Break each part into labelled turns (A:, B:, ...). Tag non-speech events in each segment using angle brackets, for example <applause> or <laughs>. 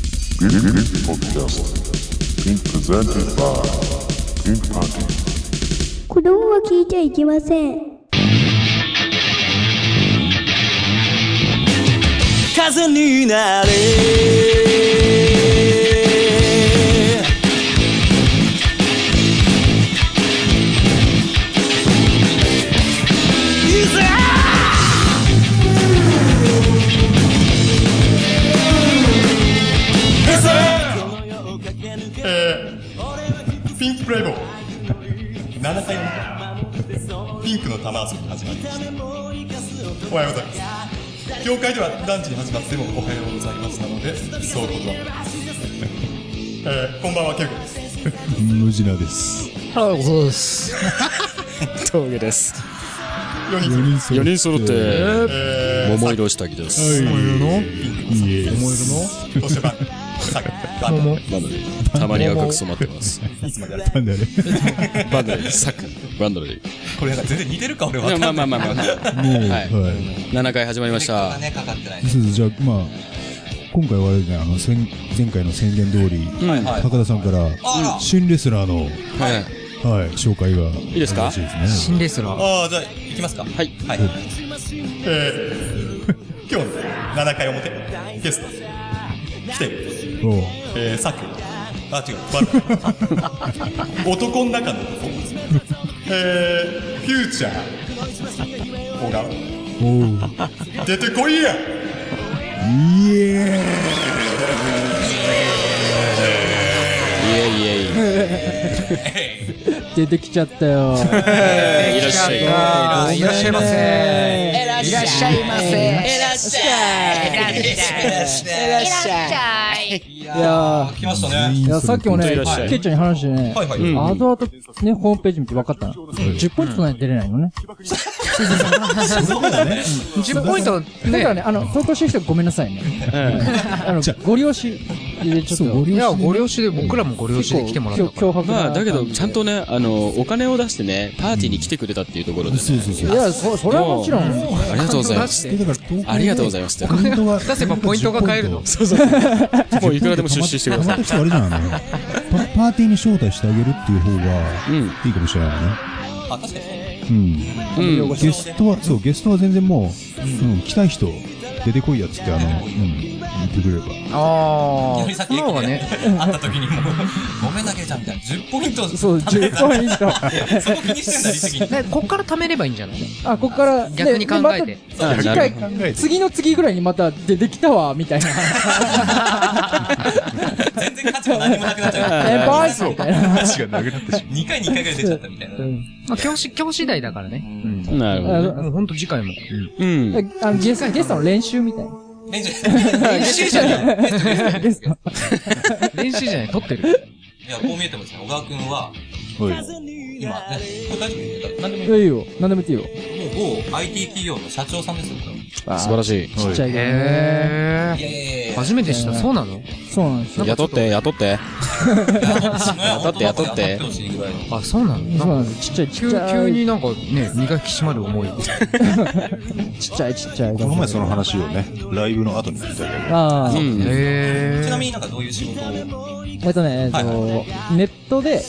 A: This podcast being presented by Pink Party.
B: 子供は聞いちゃいけません。
C: 風になれいざ
D: えー、ピンクプレイボー7回目ピンクの玉遊びが始まりましたおはようございます業界では男児に始まってもおはようございますなのでそういうことは、えー、こんばんはケイコです
E: ムジナです。
F: あ、そうです。峠です。
D: 4人
E: 人揃
F: 4人揃って、桃色下着で
E: え
F: す。
E: るの
D: ピンクの
E: える
D: 玉そしてバンサグバン
E: の
F: たまに赤く染まってます。
D: いつまでやれ
E: なんだあれ
F: バンドレー、サク。バンドレー。
D: これなんか全然似てるか俺 <laughs> は
F: まあまあまあまあまあ。はい。
E: はい。
F: 7回始まりました。
D: ねかかってない
E: そうですじゃあ、まあ、今回はあれだね、あの、先前回の宣伝通り、高田さんから、新レスラーの、
F: はい。
E: はい、紹介が。い
F: いですか
E: ですね。
G: 新レスラー。
D: ああじゃあ行きますか
F: はい。
D: はい。えー、今日の7回表、ゲスト、来てる、
E: おう
D: えー、さく、あ、違う、バル男の中の男、えー、フューチャー、小川、
E: おう。
D: 出てこいや
E: イエ
F: いえいえ
H: 出てきちゃった
F: <laughs>
H: よ。
F: いえ。いらっしゃい。
G: あーいらっしゃいませ。
I: いらっしゃいませ。いらっしゃい。いらっしゃい。
H: いや
D: 来ました
E: ーイ
D: ね。
H: ーいやさっきもね、
F: い
H: ケ
F: らっしゃい
H: イちゃんに話してね、
D: はいはい。
H: あとあとね、ホームページ見て分かったの。10ポイントとないと出れないのね。
G: 10ポイント
H: だから
G: ね。
H: ね、あの、投稿してる人ごめんなさいね。あの、ご利用し、でちょっと、
G: いや、ご両親で、僕らもご両親で来てもらった
H: 結
G: から。
H: 構脅迫な
F: まあ、だけど、
H: 感じ
F: ちゃんとね、あの、お金を出してね、パーティーに来てくれたっていうところでね。
E: そうそうそう
H: い。や、そそれはもちろん。
F: ありがとうございます。
G: 出
E: え
G: して
E: だから東京で
F: ありがとうございます
E: ポイントが
G: 出せばポイントが買えるの。
F: そうそう。もういくらでも出資してくださ
E: たま
F: い。
E: った人あれじゃないのパパーティーに招待してあげるっていう方が
F: うん。
E: いいかもしれないね。
D: あ、確かに。
E: うん。
F: うん。
E: ゲストは、そう、ゲストは全然もう、うん、来たい人、出てこいやっつって、あの、うん、言ってくれれば。
G: ああ。
D: 先
G: 今はね、
D: 会った時にもう、ごめんなけちゃんみたいな、10ポイント、
H: そう、10ポイント。
D: そこ気にしてんだ、理的に。
G: ねこっから貯めればいいんじゃない
H: あ、ここから、
G: 逆に考えて
H: ででまた次回、次の次ぐらいにまた出てきたわ、み
G: <laughs>
H: たいな。
D: 全然価値が何もなくなっちゃう。
H: え、バ
D: <laughs>
H: イスみたいな。
D: 2回に1回ぐらい出ちゃったみたいな。
G: まあ、教師、教師代だからね。
F: なるほど
H: あ
F: ね。
H: の
G: もうほんと次回も。
F: うん。
H: あのゲスト、ゲストの練習みたいな。
D: 練習、練習じゃない。
G: <laughs>
H: ゲスト。
G: 練習じゃない、撮ってる。
D: いや、こう見えてもですね、小川くんは、今、ね、これ大丈夫ですか何でもい
H: いやいいよ。何でも言っていいよ。
D: い。もう某 IT 企業の社長さんですよ、これい
F: 素晴らしい。
H: ちっちゃいけどね。
G: へえ。
D: やいやいやいや。
G: 初めて知った。そうなの
H: そうなんですよ。
F: 雇って、雇って。
D: 雇
F: って雇って
D: ほしいぐらいの。
G: あ、そう
H: そ
G: なのな
H: うん
G: か
H: なんです。ちっちゃい、ち
G: 急
H: っちゃい。
G: 急。になんかね、身が引き締まる思いを。
H: ちっちゃい、ちっちゃい。
E: この前その話をね、ライブの後に聞いたけど、
H: ああ。
F: ん。
G: へ
D: ちな
G: え。
D: みになんかどういう仕事を
H: えっとね、えっと
D: はい、
H: ネットで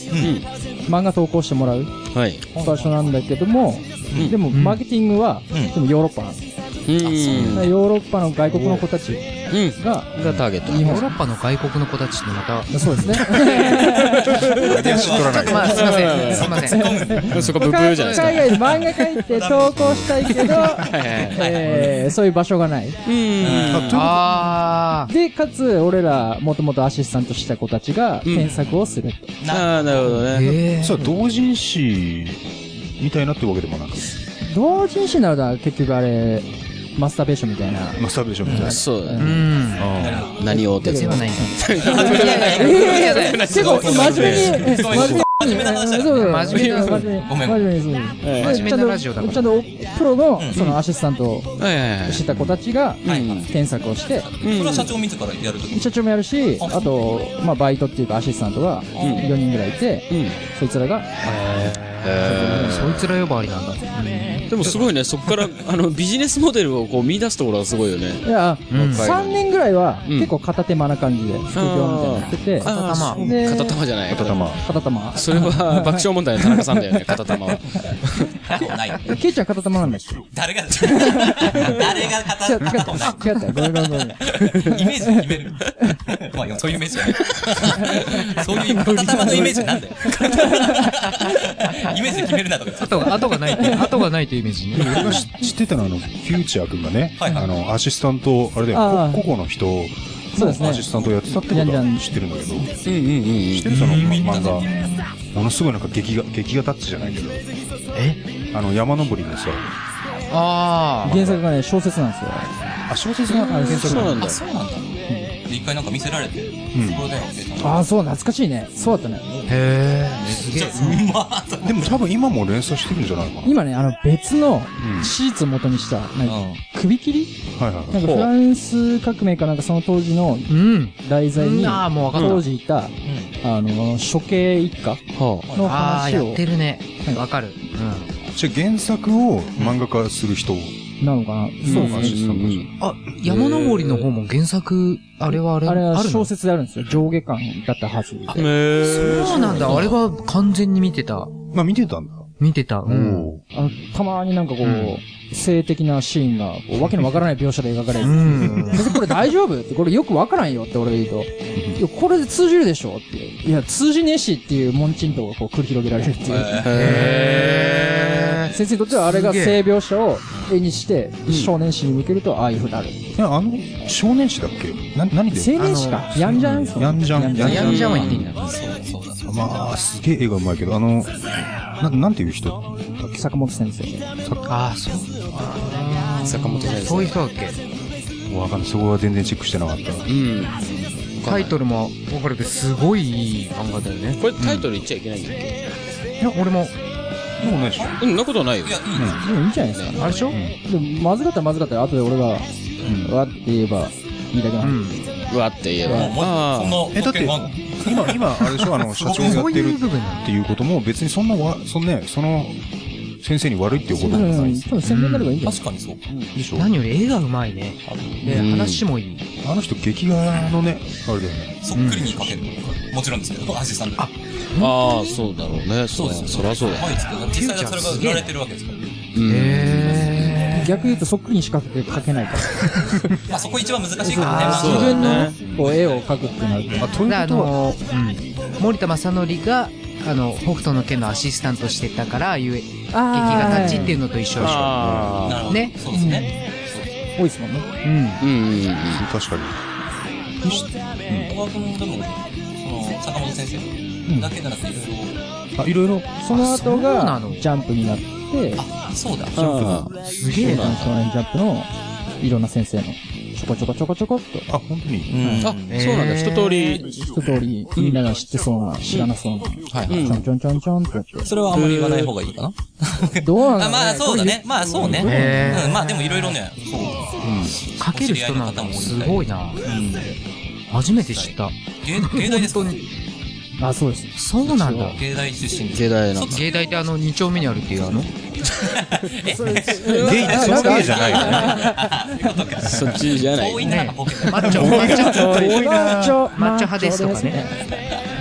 H: 漫画投稿してもらう
F: はい。
H: 場所なんだけども、でもマーケティングは、
D: ん
H: でもヨーロッパなんです。
F: うん。
H: ヨーロッパの外国の子たち
F: うん。
H: が、
F: がターゲット。
G: ヨーロッパの外国の子たちってまた、
H: そうですね。
G: ちょっとまあ、すいません。すいません。
F: そこブブーじゃないですか。
H: 海外で漫画描いて投稿したいけど、えーそういう場所がない。
G: あ
H: で、かつ、俺ら、もともとアシスタントした子たちが、
F: ん
H: 検索をする。
F: ああ、なるほど
G: あ。
F: ね。
G: へえ。
E: さあ、同人誌みたいなってわけでもなく、
H: 同人誌なのだ、結局あれ、マスターベーションみたいな。
E: まあ、サービスみたいな。
F: そうだ
G: う
F: ね。
G: ん。
F: 何をって
G: ではないんだ。
H: 結構真面目に、真面目に、
G: 真面目な
H: 真面目に、
D: ごめん
H: 真面目に、そう
G: 真面目なラジオだから
H: ちゃんと、ちゃんとプロの、そのアシスタントを
F: え
H: してた子たちが、検索をして、
D: それは社長自らやるとき
H: 社長もやるし、あと、まあ、バイトっていうかアシスタントが、4人ぐらいいて、そいつらが、
G: そいつら呼ばわりなんだ。
F: でもすごいね、そこからあのビジネスモデルをこう見出すところがすごいよね。
H: いや、
G: うん
H: 3年ぐらいは
F: うん
H: 結構片手間な感じで、副業みたいになってて、
F: あーそう
H: ね
F: 片玉じゃない。片玉。
H: 片玉。
F: それは爆笑問題の田中さんだよね、片 <laughs> 玉は。
J: ない。
H: えケイちゃん片玉なんだっけ
J: 誰が、誰が
H: 違う、
J: 語
H: 違
J: ったことない。
H: う、違う、違う、ごめんごめんごめん。
J: イメージで決める。まあ、そういうイメージじゃない。そういう、片玉のイメージなんだよ。イメージで決めるなとか。
G: 後が、後がないって <laughs> いう、後がないというイメージ
E: でも
G: ね。
E: 俺が知知ってたのは、あの、フューチャー君がね、
J: はいはい
E: あの、アシスタント、あれだ
H: あ
E: よ
H: あ、
E: こ個々の人を
H: そうですね
E: アシスタントをやってたってこ
H: じゃん
E: と
H: じゃん
E: は知ってるんだけど、知
F: うんうんうん
E: ってるそのま漫画。ものすごいなんか劇画、劇画タッチじゃないけど、あの、山登りのさ、
G: あ
H: 原作がね、小説なんですよ。
E: あ、小説が原
F: うん。
E: 作
F: そう
E: な
F: な
E: の
F: んだ。
J: そうなんだ。で、一回なんか見せられて、それだよ、教えてもら
H: ああ、そう、懐かしいね。そうだったね。
G: あ。へえ。すげえ。
J: うまーと
E: でも多分今も連載してるんじゃないかな。
H: 今ね、あの、別の
E: うん
H: 史実を元にした、なんか
J: うん
H: 首切り
E: はいはい
H: な
E: は
H: んかフランス革命かなんかその当時の
G: うん。
H: 題材に、
G: ああ、もう分か
H: 当
G: っ
H: 時いた、あの、処刑一家
F: は
H: の
G: た。ああ、
H: 話
G: や
H: を
G: っ、てるね。わかる。
E: い。じゃあ原作を漫画化する人
H: なのかなそう
E: がアシスタント
F: うん
E: じ
F: う
E: ゃん
F: ん
G: あ、山登りの方も原作、あれはあれ、
H: あれは小
G: の
H: 説であるんですよ。上下巻だったはず。
F: うん。へー
G: そうなんだ。あれは完全に見てた。
E: まあ見てたんだ。
G: 見てた。うん。
E: おー
H: あのたまになんかこう、
G: うん
H: 性的なシーンが、こうわけのわからない描写で描かれ
G: う
H: る。
G: ん。
H: 別にこれ大丈夫って、これよくわからんよって俺が言うと、いや、これで通じるでしょっていう。いや、通じねえしっていうモンチンとがこう繰り広げられるっていう。
G: へ
H: 先生にとってはあれが
G: すげえ
H: 性描写を絵にして、少年誌に向けるとああいう風になる。
E: いや、あの、少年誌だっけな、何で
H: 青年誌か。ヤンジャン
E: ヤンジャン、
G: え。やんじゃんは
E: ヤ
G: 言
E: ンジャン
G: っていいんだ。
J: そうだ、そうだ。
E: まあ、すげえ絵がうまいけど、あの、ななんていう人だっけ
H: 坂本先生。
G: ああ、そう。
F: 坂本先
G: そういう
F: 生。
G: 人だっけ
E: わかんない。そこは全然チェックしてなかった。
F: うん。
G: タイトルも分かるけど、すごいいい漫画だよね。
F: これタイトル言っちゃいけないんだっけ
G: いや、俺も、
E: もうないでしょ。
F: うん、そんなことはないよ。
H: でもいいんじゃないですか。
G: あれでしょ
H: でも、まずかったらまずかったら、後で俺が、わって言えば、いいだけな
G: うん
H: で。
G: ん。
F: うわって言えば。
J: もう、
F: ああ。
J: もう、そんな、
E: え、だって、今、今、あれでしょ、あ <laughs> の、社長がや
G: そ
E: っ
G: う
E: てる
G: いう
E: っ
G: 部分なの
E: ていうことも、別にそんなわ、そんね、その、先生に悪いっていうことでも
H: う
E: ない
H: ん、多分宣伝になればいいんじゃない
J: 確かにそう。
E: でしょ。
G: 何より絵がうまいね。で、
F: うん
G: 話もいい。
E: あの人、劇画のね、あれだよね。
J: そっくりにかける。もちろんですけど、アシスタント。あ、
F: ああ、そうだろうね。そうです。そりゃそうだ。
J: はい、実際はそれが売られてるわけですから。
G: へ
H: 逆言うとそっくりにしか描けないから。
J: まあ、そこ一番難しいからね。
F: そう
H: 自
F: だ
H: 分
F: ね
H: のね、こう絵を描くってなると。
E: あ、という
G: あ
E: ことは、
G: の、うん森田正則が、あの、北斗の拳のアシスタントしてたから、ああいう劇画タッチっていうのと一緒でしょ。
F: あ
J: なるほど。
G: ね
J: そうですね。
H: 多いですもんね。
G: うん。
F: あ。うんうんうん。
E: 確かに。
J: 小川君でも、その、坂本先生だけじゃなくて、いろいろ。
E: あ、いろいろ、
H: その後
G: そう
H: が
G: なの
H: ジャンプになって、
J: あ、そうだ。
F: ああ。
H: すげえな。少年ジャンプのいろんな先生のちょこちょこちょこちょこっと
E: あ、本当に。
J: うん
F: あ、そうなんだ。一通り。
H: 一通りみんなが知ってそうな、知らなそうな、ちょんちょんちょんちょんってやって。
J: それはあんまり言わない方がいいかな。
H: どうなんだ
J: あ
H: ろ
J: まあ、そうだね。まあ、そうね。
G: へー
J: うんまあ、でもいろいろね、そう。
G: かける人なんだもんすごいな。初めて知った。
J: 芸芸大ですか
H: う。あ、そうです。
G: そうなんだ。
J: 芸大出身で。
F: 芸大なんだ。
G: 芸大ってあの、二丁目にあるっていうあの
E: ゲイ、そのゲイじゃないよね。
F: そっちじゃない。
J: 遠いな、なんかボケて
G: マッチョ、マッチョ。
E: 遠いな
H: マッチョ、
G: マッチョ派ですとかね。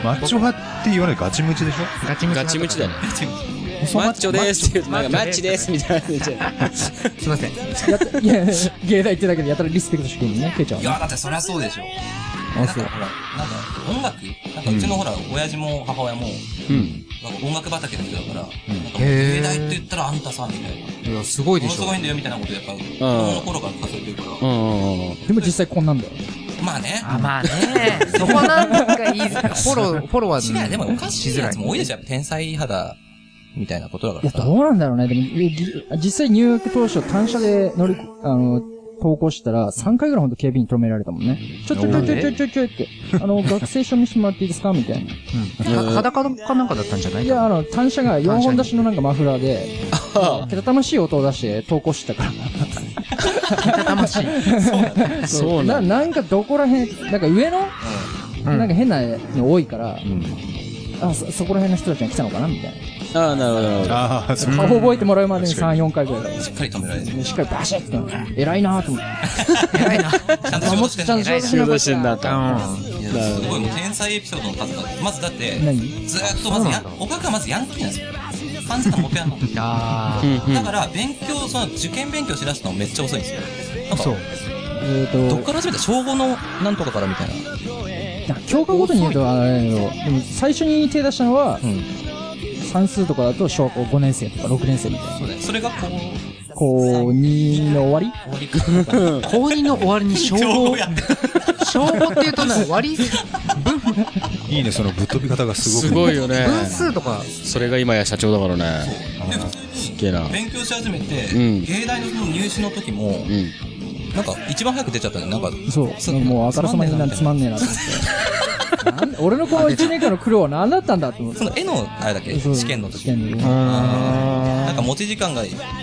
E: マッチョ派って言わないガチムチでしょ
G: ガチムチ。
F: ガチムチだね。。
E: 細
F: マ
E: マ
F: ッ
E: ッチ
F: チョですって言うと、なんかマ
G: マ
F: ッ
G: ッ
F: チ
G: チョ
F: で
G: です
F: みたいな感じで。
G: すいません。
H: やったいや、芸大ってだけでやたらリスペクトしてるのね、ケイちゃん
J: い
H: はね。
J: や、だってそりゃそうでしょ。
H: あ、
J: なん
H: そ
J: か
H: う。
J: ほら、なんか音楽なんかうちのほら、親父も母親も、なんか音楽畑の人だから、なんか
G: へー
J: 芸大って言ったらあんたさ、みたいな。も
G: いや、すごいで
J: の
G: し
J: す
G: ょ
J: ご。いんだよ、みたいなことやっぱ、子供の頃から数えてるか
F: う
J: ら。
F: ん。
H: でも実際こんなんだよ。
J: まあね。
G: あ、まあね。 <laughs> そこなんかいい、フォロー、フォローは、
J: 違うよ、でもおかしい
G: しづ
J: や
G: ら
J: つ
G: い。
J: も多いでしょ。やっぱ天才肌、みたいなことだ
H: い
J: か
H: や、
J: らさ。
H: どうなんだろうね。でも、えぎ実際入学当初、単車で乗り、あの、投稿したら、3回ぐらいほんと警備員止められたもんね。ちょちょちょちょちょちょちょって、あ
J: <laughs>
H: の、学生証見せてもらっていいですかみたいな。
G: は裸かなんかだったんじゃない
H: いや、あの、単車が4本出しのなんかマフラーで、けたたましい音を出して投稿してたか
G: <laughs> 魂。
H: ら。
J: <laughs>
F: そうなん
H: ななんかどこら辺、なんか上の、なんか変なの多いから、あそ、そこら辺の人たちが来たのかなみたいな。
F: ああ、なるほどなるほど。
E: ああ、そう
H: 顔覚えてもらうまでに3、4回ぐらい。
J: しっかり止められてる。
H: しっかりバシッと。偉いなと思って。
G: 偉いな。
J: ちゃんと仕事してんの
H: ちゃんと仕
F: 仕事してんだと。
G: う
J: いやすごいもう天才エピソードの数がまずだって
H: 何
J: ずーっとまずやおかがまずヤンキーなんですよ漢字がもてやんの
G: ん。あ
F: うんう
J: だ
F: ん
J: から勉強その受験勉強しだすのめっちゃ遅いんですよなんか
E: そう。
H: えっ
J: ど
H: と
J: っ、から始めた小5のなんとかからみたいな
H: なんか教科ごとに言うとあれだけど、でも最初に手出したのは、算数とかだと小学校5年生とか6年生みたいな。
J: そうだよそれがこう
H: 高2の終わり
J: 終わりか
G: ー高2の終わりに小
J: 小
G: 5
J: 5やって
G: 小5っていうとね割
J: <laughs>
G: り
E: いいね、そのぶっ飛び方がすごく。
F: <laughs> すごいよね。
G: 分数とか
F: それが今や社長だからね。
J: で普通
F: すげえな。う
J: に勉強し始めて、
F: うん
J: 芸大のその入試の時も、
F: ん。
J: なんか一番早く出ちゃったのなんか
H: そう。もうあからさまになんつまんねえなと
J: <laughs>
H: 思って。なんで俺のこの1年間の苦労は何だったんだと思って
J: そ。の絵のあれだっけ
H: そう
J: 試験の時
H: 試験の時
J: なんか持ち時間が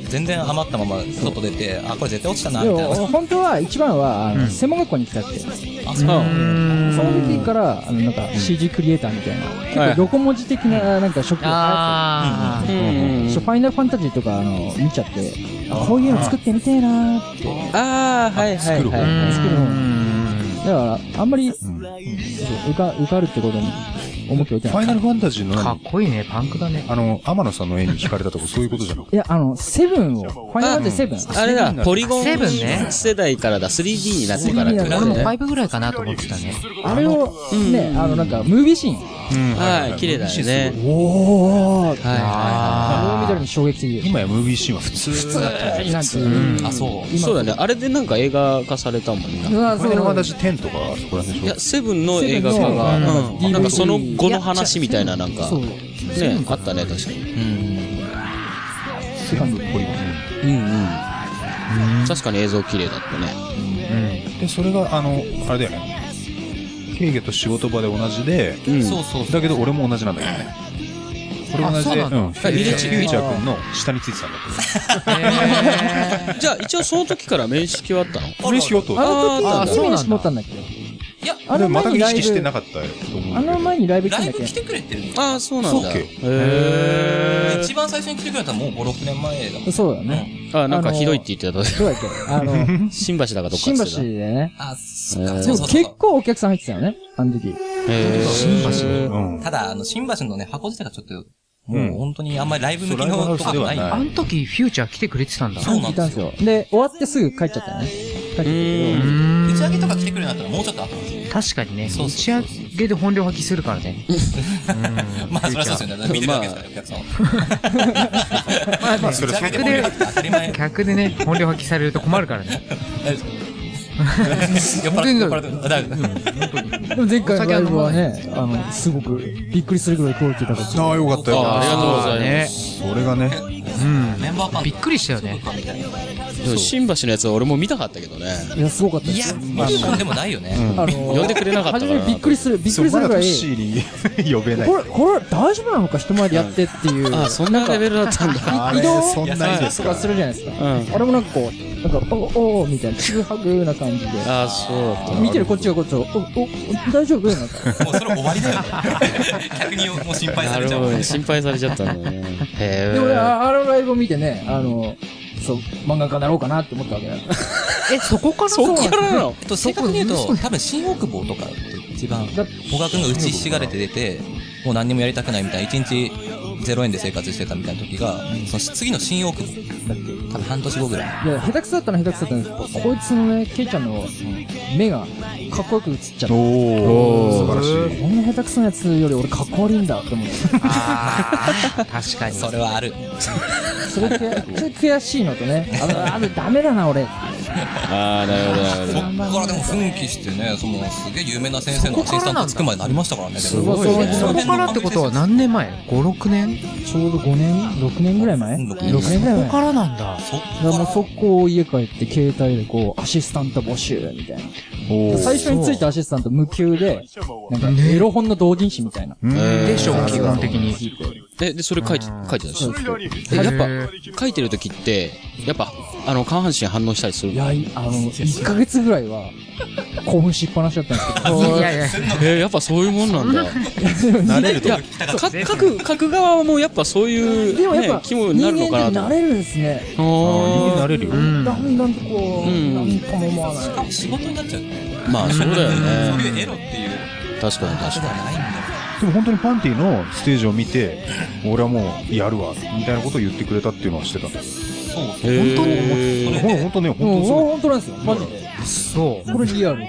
J: 全然余ったまま外出てあこれ絶対落ちたな
H: で
J: みたいな
H: も、本当は一番は、あの、専門学校に行きたくて。
J: あそう
H: その時から、あの、なんか CG クリエイターみたいな、結構横文字的な、なんか職業が
G: あ
F: う
H: 流行ってて、
F: ん
H: そうファイナルファンタジーとか、あの、見ちゃって、あこういうの作ってみてえなーって。
F: ああ、はいはいはい。
G: あ
H: 作るだから、あんまり、受か、受かるってことに、重きを置いて
E: フ
H: な
E: ァイ
H: い。
E: ナルファンタジーの
G: か
E: 何
G: っこいいねパンクだね
E: あの、天野さんの絵に惹かれたとかそういうことじゃなくて。
H: いや、あの、セブンを、ファイナルファンタジーセブン。
F: あれだ、ポリゴン
G: セブンね
F: 世代からだ、3D になってからって
H: セブン
F: こ
G: 俺
F: と
G: も
F: ね。
G: 5ぐらいかなと思ってたね
H: あれを、ね、あの、なんか、ムービーシーン。
F: はい、綺麗だよね。
H: おー
F: はいは
H: あの
G: あ
H: 緑に衝撃的で
E: 今やムービーシーンは普通。フ
H: す。なんて
J: あそう
F: い。そうだね、あれでなんか映画化されたもんな。
H: う
E: ァ
H: わ
E: イナルファンタ
H: そ
E: ジー10とか、そこら辺
F: い
E: でしょ
F: や、セブンの映画化が、
H: セブンの
F: うんなんかその後の話みたいな、なんか
H: う、そう
F: ね、あったね、確かに。
E: セブンポリゴン
F: 確かに映像綺麗だったね。
E: で、それが、あの、あれだよね。ケイゲと仕事場で同じで、
F: うん。
J: そうそうそう
E: だけど俺も同じなんだけどね。俺も同じで、
G: あそうな
E: う
G: んだ
E: ん。フューチャー
F: えー
E: フューチャー君の下についてたんだけ
F: じゃあ、一応その時から面識はあったの
E: ど。嬉しい音。
H: あの時
F: あ
H: は
F: ー
H: そう
G: そうなんだ
H: 持ったんだっけ
J: いや
H: あ
E: で
H: の
E: も
H: 前
E: 全く
H: に
E: 意
H: ライ
E: 識して
H: ブ
E: なかったと思う
H: あ
E: んだ
H: の
E: けど。
H: 前にライブ来た
J: ラ
H: んだ
J: イ
H: っ
J: ブ来
H: け
J: てくれてるの
F: ああ、そうなん
E: そ
F: だ。
E: うっけ
F: へえ。
J: 一番最初に来てくれたのもう5、6年前だもん。
H: そうだよね
F: あ、なんかひどいって言ってた。
H: どうだっけあの
F: <laughs> 新橋だかどっか
H: 新
F: っつ
H: 橋
F: ってた。
H: でね
J: あ、そっか、
F: えー
J: そ
H: で
J: うそ
H: も
J: うそう
H: 結構お客さん入ってたよねあの時
F: 新
E: うん。
J: ただ、あの、新橋のね、箱自体がちょっと、
E: うん
J: もう本当にあんまりライブ向き
E: そうライブハ
J: の
E: ウ
J: と
E: ス
J: か
E: では
J: ない。
E: ない
G: あの時フューチャー来てくれてたんだ
J: そうなん
H: いたん
J: で
H: ですす
J: よ。
H: よで終わってすぐ帰っちゃったよね帰っちゃったけ
J: 打ち
H: ど
J: 上げとか来てくれなかったらもうちょっと後なんですよ。
G: 確かにね
J: そう
G: 打
J: そう
G: ち上げで本領発揮するからね
J: まあ、そりゃそうですよね。だって見てるわけですから、お客さんを。
E: まあ、それはそ
J: 打
E: う
J: ち上げで盛り上がって当たり前。
G: 客でね本領発揮されると困るからね
J: 酔っ払って酔っ払って。だから
H: でも前回のライブはねあのすごくびっくりするぐらいクオリティ高くて
E: ああ、よかったよ
F: あありがとうございます。
G: ね
E: それがね、
J: メンバー間
G: びっくりしたよね
J: みたいな。
F: でも新橋のやつは俺も見たかったけどね。
H: いやすごかったで
J: いや
H: す、
J: まあ、そうでもないよね。
H: あの
F: 呼んでくれなかった
H: 初
F: から
H: めびっくりするびっくりす
E: まだ
H: るぐ
E: ト
H: ら
E: ッ
H: い
E: シーに呼べない
H: こ。れこれ大丈夫なのか人前でやってっていう
F: あ、そんなレベルだったんだ。
E: あ
H: 移動
E: そんないいです
H: と
E: か
H: かするじゃないですか、あれもなんかこうなんかおおおみたいなちぐはぐな感じで
F: <laughs> あ、そうだった。
H: 見てるこっちがこっちがおおお大丈夫なんか
J: もうそれ終わりだよね。逆にもう心配
F: な
J: され
F: る
J: ちゃ
F: ほ
J: うもん
F: ど
J: ね。
F: ね。心配されちゃったんだね。 <laughs> へ
H: で
F: え。
H: 俺ああのライブを見てねあのそう漫画家になろうかなって思ったわけだよ
G: えそこから
F: そっからなの
J: えっと、正確に言うと、多分新大久保とかって一番、
H: だ
J: 小川君が打ちひしがれて出て、もう何にもやりたくないみたいな、1日0円で生活してたみたいな時が、その次の新大久保、多分半年後ぐらい。
H: いや下手くそだったのは下手くそだったんですけどこいつのねケイちゃんの目がかっこよく映っちゃって
E: おお素晴らしい。
H: こんな下手くそなやつより俺かっこ悪いんだって思って
G: あー確かに
J: それはある。
H: それ悔それ悔しいのとねあのあのダメだな俺
F: ああ、なるほど、なる
J: そ
F: ほ
J: っからでも奮起してね、そのすげえ有名な先生のアシスタントつくまでなりましたからね、す
H: ごいね
G: そこからってことは何年前 ?5、6年
H: ちょうど5年6年ぐらい前
J: うん
H: 6
J: 六
H: 年
J: 年
H: ぐらい
G: そ
H: 前
G: こからなんだ。
J: そっか
H: だからもう速攻家帰って携帯でこう、アシスタント募集みたいな。最初についたアシスタント無給で、なんかエロ本の同人誌みたいな。
F: ど。
G: でしょ
F: う
G: うん基本的に。
F: え、で、それ書いて、書いてたでしょ
H: そうで
F: えやっぱ、書いてる時って、やっぱ、あの、下半身反応したりする
H: いや、いあの、1ヶ月ぐらいは、興奮しっぱなしだったんですけど。
G: いやいや、
F: <laughs> えー、やっぱそういうもんなんだ。
J: 慣れる
F: い
J: と
F: や、
J: 聞きたかっ
F: か書く、書く側もやっぱそういう、
H: でもや
F: ね
H: っぱ、、
F: 気分
H: 人間
F: になるのか
H: って
F: な
H: 慣
F: と。
H: れるんですね。
F: あ
J: れるよ。
H: だんだんとこう、
F: うん
H: なんとも思わない。
J: 仕事になっちゃうね。
F: あ、まあそうだよ
J: そういう
F: ね。
J: エロっていう
F: 確かに確
J: 話で
F: か
J: はないんだよ。
E: でも本当にパンティのステージを見て、俺はもうやるわ、みたいなことを言ってくれたっていうのはしてた。
J: そうそう。
F: に。へー
E: ほら、本当ね、本当
H: もう、
E: にそう。
H: 本当なんですよ。マジで。
G: そう。
H: これリアルで。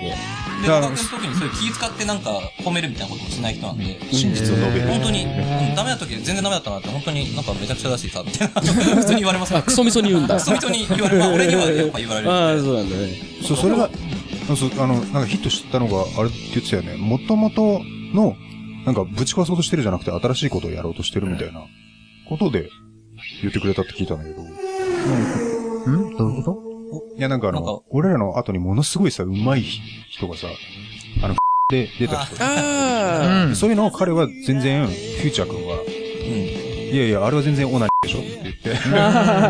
J: で、音楽の時にそういう気使ってなんか褒めるみたいなこともしない人なんで。
E: 真実を述べる。
J: 本当に、うん、ダメな時全然ダメだったなって、本当になんかめちゃくちゃだしさ、みたいな、普通に言われますから。
F: クソみそに言うんだ。
J: クソみそに言われる。まあ、俺にはやっぱ言われる。
F: ああ、そうなんだね。
E: そうそれが、そうあの、なんかヒットしたのが、あれって言ってたよね。もともとの、なんかぶち壊そうとしてるじゃなくて、新しいことをやろうとしてるみたいなことで言ってくれたって聞いたんだけど。
G: んどういうこと
E: いや、なんかあ
J: なんか
E: の、俺らの後にものすごいさ、うまい人がさ、あの、 <laughs> で出た人。
G: う
F: あ
G: ん。
E: そういうのを彼は全然、フューチャー君は、いやいや、あれは全然オナニーでしょって言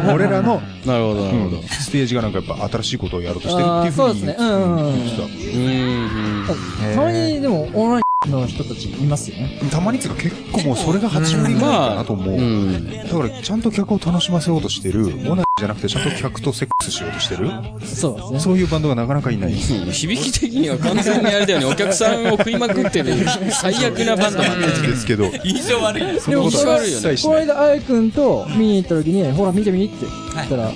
E: って、俺らの、
F: あ、なるほど、なるほど
E: うん。ステージがなんかやっぱ新しいことをやろうとしてるっていうふ
H: あーそう
E: う
H: で
E: に
H: す
E: 言
H: ね
E: って
H: う
E: た。
H: んうんう
F: うん、
H: んたまに、でも、オンラインの人たちいますよね。
E: たまにっていうか結構もうそれが8割ぐらいかなと思う。
F: うん。うん。
E: だからちゃんと客を楽しませようとしてる、オナニーじゃなくてちゃんと客とセックスしようとしてる、
H: そうですね。
E: そういうバンドがなかなかいない。
F: 響き的には完全にあれだよね、お客さんを食いまくってる最悪なバンドなんだよね
E: ですけど、
J: 印象悪い。
E: そんなこと
F: 印象
E: は
F: 悪い
E: 一
F: よね
E: 切し
H: この
E: ない。
H: 間、あやくんと見に行った時に、ほら見てみって言ったら、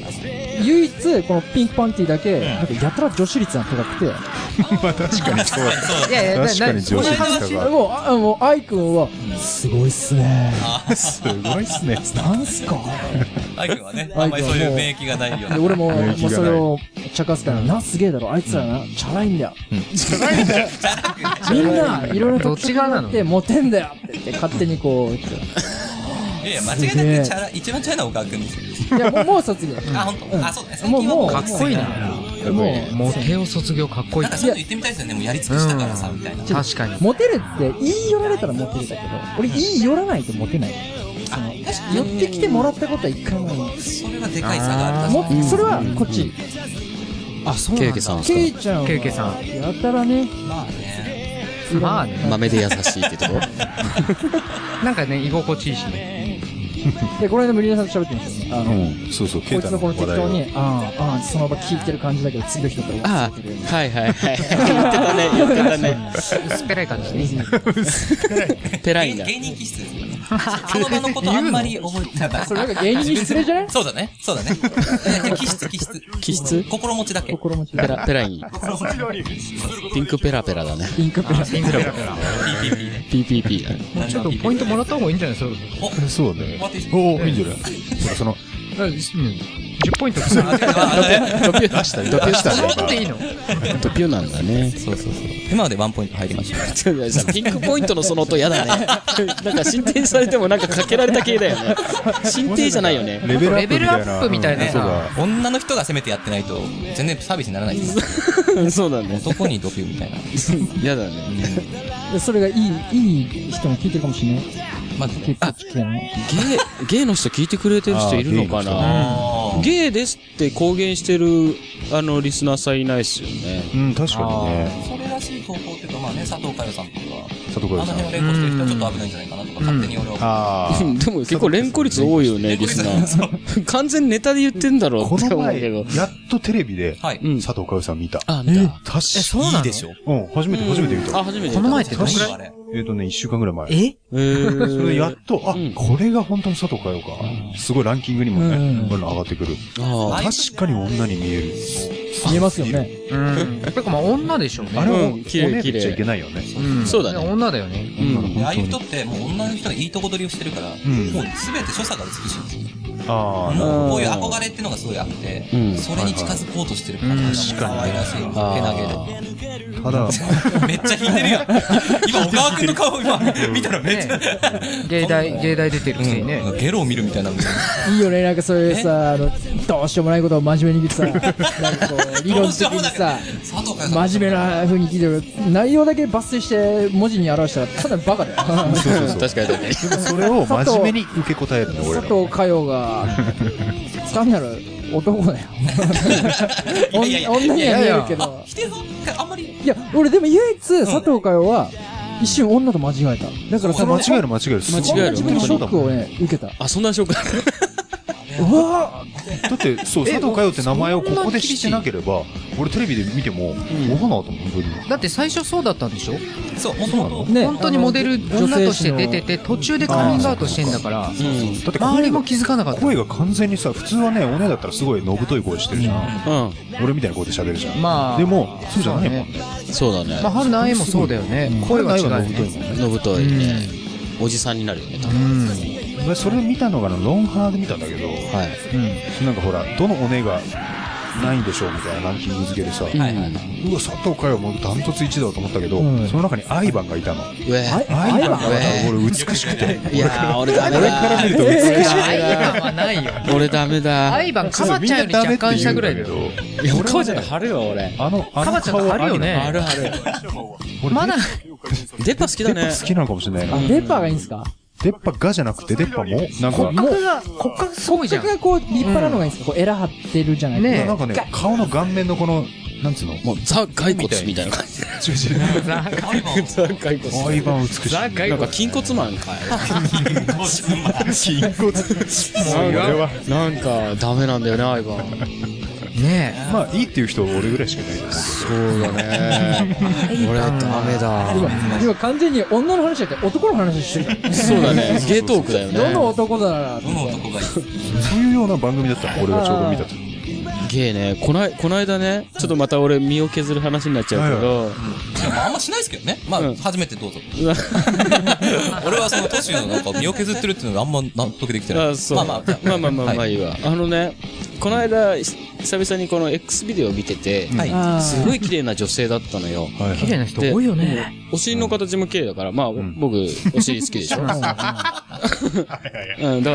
H: 唯一、このピンクパンティだけ、なんかやたら女子率が高くて、
E: まあ確かにそう。
G: いやいや、な
E: 確かに上司でしたが。
H: もう、あもう、アイくんは、すごいっすね。
E: <laughs> すごいっすね。
H: なんすか
J: アイ君はね、あんまりそういう免疫がないよう
H: で、
J: な。
H: 俺も、
E: 免疫がない
H: も
E: う
H: それを、茶化すから、な、すげえだろ、あいつらな、チャラいんだよ。 <laughs> みんな、いろいろ
G: ど
H: と
G: っち側なの
H: って、モテんだよって言って、勝手にこう、言って
J: いやいや、間違いなくチャラ、一番チャラなおかくんですよ。
H: いや、もうもう卒業。
J: あ、ほんと。あ、そうだね。最
H: もう、
J: 近は
H: もう、
J: か
G: か
J: っ
G: っ
J: こ
G: こ
J: い
G: い
J: い
G: い
J: な。
G: な
H: も
G: モテを卒業かっこい
J: な
G: い
J: んかそういうの言ってみたいですよね。もうやり尽くしたからさ、みたいな。
G: 確かに
H: モテるって言い寄られたらモテるだけど俺言い寄らないとモテないその寄ってきてもらったことは一回もない
J: それはでかい差がある。
H: もそれはこっち
G: あそう
F: ケイケさんです
H: ケイちゃんは
G: ケイケさ
H: やたらね
J: まあね。
G: まあね
F: 豆で優しいってとこ
G: なんかね居心地いいしね
H: でこの間無理やりさんと喋ってましたよねあ
E: う
H: の
E: ん、そうそう、ケ
H: こ
E: イ
H: い
E: タ
H: つ
E: の
H: のこの
E: 話
H: 適
E: 題
H: 当
E: を。
H: に、ああ、ああ、その場聞いてる感じだけど、次の人とか
F: <laughs> あ
H: 忘れてるよね。
F: あ、はいはいはい。言ってたね、言ってたね。
G: 薄っぺらい感じね
F: ペライ
J: 芸
F: ンだ。
J: 芸人気質ですよね。その場のことあんまり覚えてない。
H: それなんか芸人に失礼
G: <laughs>
H: じゃない
J: そうだね。そうだね。いや気質、気質。
F: 気質
J: 心持ちだけ。
H: 心持ち
F: ペ
H: が。
F: ラ、ペライン。ピンクペラペラだね。
H: ピンクペラ。
G: ピンクペラペラ
J: PPP。
F: PPP だね。
G: ちょっとポイントもらった方がいいんじゃないそれ
E: そうだね
J: 終わっていいっす。か
E: おお、いいんじゃないほらその、
G: 10ポイントそ
F: ドピュ、出した、ドピュした
G: の
F: ね。
G: ことでいいの
F: ドピュなんだね。
J: そうそうそう。今までワンポイント入りました。
F: ちょっとさ <laughs> ピンクポイントのその音嫌だね。 <laughs> なんか進展されてもなんかかけられた系だよね。進展じゃないよね。
E: レベルアップみたいな。
G: レベルアップみたいな
E: うんそうだ。
J: 女の人がせめてやってないと、全然サービスにならないです。
F: <laughs> そうだね。
J: 男にドピューみたいな。
F: 嫌だね。
H: でそれがいい、いい人も聞いてるかもしれない。
J: まずね
H: 結。構聞けない。
F: ゲイ、ゲイの人聞いてくれてる人いるのかなゲイですって公言してる、あの、リスナーさんいないっすよね。
E: うん、確かにね。
J: それらしい投稿っていうか、まあね、佐藤佳代さんとか、
E: 佐藤
J: あ
E: 君
J: の
E: さん。
J: 辺を連呼してる人はちょっと危ないんじゃないかなとか、勝手に俺は。
E: あ
F: う
E: あ。
F: んでも結構連呼率多いよね、リスナー。 <laughs> 完全ネタで言ってんだろう
E: こ
F: って
E: の
F: 思う
E: 前、
F: けど。
E: やっとテレビで、
J: はい。
F: ん
E: 佐藤かよさん見た。
F: あ、見た。
E: 確か
G: えそうなの
E: いいでし
J: ょ
E: うん、初めて、初めて見た。
F: あ、初めて。
G: この前ってどん
J: 確か
G: ぐ
J: らに
G: い
J: あれ。
E: えっとね、1週間ぐらい前。
G: え
F: えー
E: それやっと、あ、
F: ん
E: これが本当に佐藤かよか。すごいランキングにもね、
H: うん
E: こういうの上がってくる。
F: ああ
E: 確かに女に見える。
H: 見えますよね。
G: うんやっぱりまあ女でしょうね
E: あれは、
F: う
E: お
F: ん
E: ね
F: 綺麗
E: 言っちゃいけないよね。
G: うん
F: そうだね
G: 女だよね
F: うん
E: 女の
J: でああいう
E: 本当
J: 人
E: に
J: って、もう女の人がいいとこ取りをしてるから、
E: ん
J: もうすべて所作が美しいんですよ。
E: ああ、なるほ
J: こ
E: ど。
J: ういう憧れっていうのがすごいあって、
F: うん
J: それに近づこうとしてる感じが可愛らしい。けなげで。
E: ただ、
J: <laughs> めっちゃ引いてるやん。今、小川君の顔今、見たらめっちゃ。
G: 芸大、芸大出てるくせに
J: う
G: ね。
J: んゲロを見るみたいな。
H: いいよね、なんかそういうさ、あの、どうしようもないことを真面目
J: <laughs>
H: に聞いてさ、なんかこう、理
J: ど
H: 論
J: う
H: 的
J: しようも
H: に
J: ない
H: さ、
J: 佐藤君
H: 真面目な風に聞いてる。内容だけ抜粋して文字に表したら、ただのバカだよ。
E: そうそうそう。
F: 確かに確かに。
E: それを真面目に受け答えるの、俺ら。
H: 佐藤佳代が、単なる男だよ。
J: <laughs> いやいやいや
H: 女女には見えるけど。
J: 否定ぞあんまり。
H: いや、俺でも唯一、佐藤佳代は、一瞬女と間違えた。だから
E: さ
H: さ、
E: 間違える間違える。
H: こ
F: 間
H: ん
F: 違え
H: な
F: る
H: 自分のショックをね、受けた。
F: あ、そんなショック
H: うわ
E: だって、そう、佐藤佳代って名前をここで知ってなければ、俺テレビで見ても、分かんなかったもん、本当に。
G: だって最初そうだったんでしょ
J: そう、本当本
H: ね
G: 本当にモデル女として出てて、途中でカミングアウトしてんだか
E: だ
G: ら、
E: って
G: 周りも気
E: 声
G: づかなか
E: が
G: った。
E: 声が完全にさ、普通はね、お姉だったらすごいのぶとい声してるじゃん。
F: うん。
E: 俺みたいな声で喋るじゃん。
G: まあ
E: でも、そうじゃないもんね。
F: そうだね
G: まあ、。春菜愛もそうだよね。声は違うよ
E: 声がない
G: ね。
E: わ
F: のぶといね。おじさんになるよね、多分。
E: 俺それ見たのがあのロンハーで見たんだけど、
F: はい。
E: なんかほらどのお姉がないんでしょうみたいなランキング付けでさ、うわ佐藤佳代もダントツ1だと思ったけど、
H: うん
E: その中にアイバンがいたの、
F: うえ。
E: アイバンがまた
F: え
E: 俺美しくて <laughs>
F: いやー、俺ダメだ。
G: いや、アイバンはないよ。
F: 俺ダメだ
G: ア。イバン、カバちゃんより若干下ぐらいだよ。
F: いや、俺ちゃん貼るよ、俺。
E: あのあの
G: カバちゃんの
E: 顔
G: あるよ
F: 貼
G: ね。
F: る貼る。
E: 俺
G: まだ、
F: 出っ歯好きだね。
E: 好きなのかもしれないな、
H: ぁデッパーがいいんすか
E: 出っ歯がじゃなくて出っ歯もなんか
H: もう、
G: 骨格すごいじゃん
H: 骨。格がこう、立派なのがいいんすかこう、エラ張ってるじゃない
G: ねえ
E: なんかね顔の顔面のこのなんつうの
F: もう、ザ・骸骨みたいな感じ。ザ・骸骨。
E: アイバン美しい
F: ザ・骸骨。なんか、筋骨マンかい。 <laughs> なんか、ダメなんだよね、アイバン。
G: ね
E: まあいいっていう人俺ぐらいしかいないです
F: そうだね。俺ダメだ。
H: 今、今完全に女の話だって男の話してるから
F: そうだね。ゲートークだよね。
H: どの男だなら
J: 当どの男がいい
E: そういうような番組だったの俺がちょうど見た時
F: ゲーね、こない、こないだね、ちょっとまた俺身を削る話になっちゃうけど、
J: いやまああんましないですけどね。ま
F: う
J: あ、
F: ん
J: 初めてどうぞ。
F: うわ
J: 俺はその都市のなんか身を削ってるっていうのがあんま納得できてない。
F: あそう
J: ま
F: ま
J: あ
F: あ
J: まあ、
F: まあまあまあまあ
J: はい
F: いいわ。あのね、この間、ひ久々にこの X ビデオを見てて、
J: はい。
H: あー
F: すごい綺麗な女性だったのよ。
E: はい
G: 綺麗な人多いよね。
F: お尻の形も綺麗だから、まあ、僕、お尻好きでしょ。うん、だか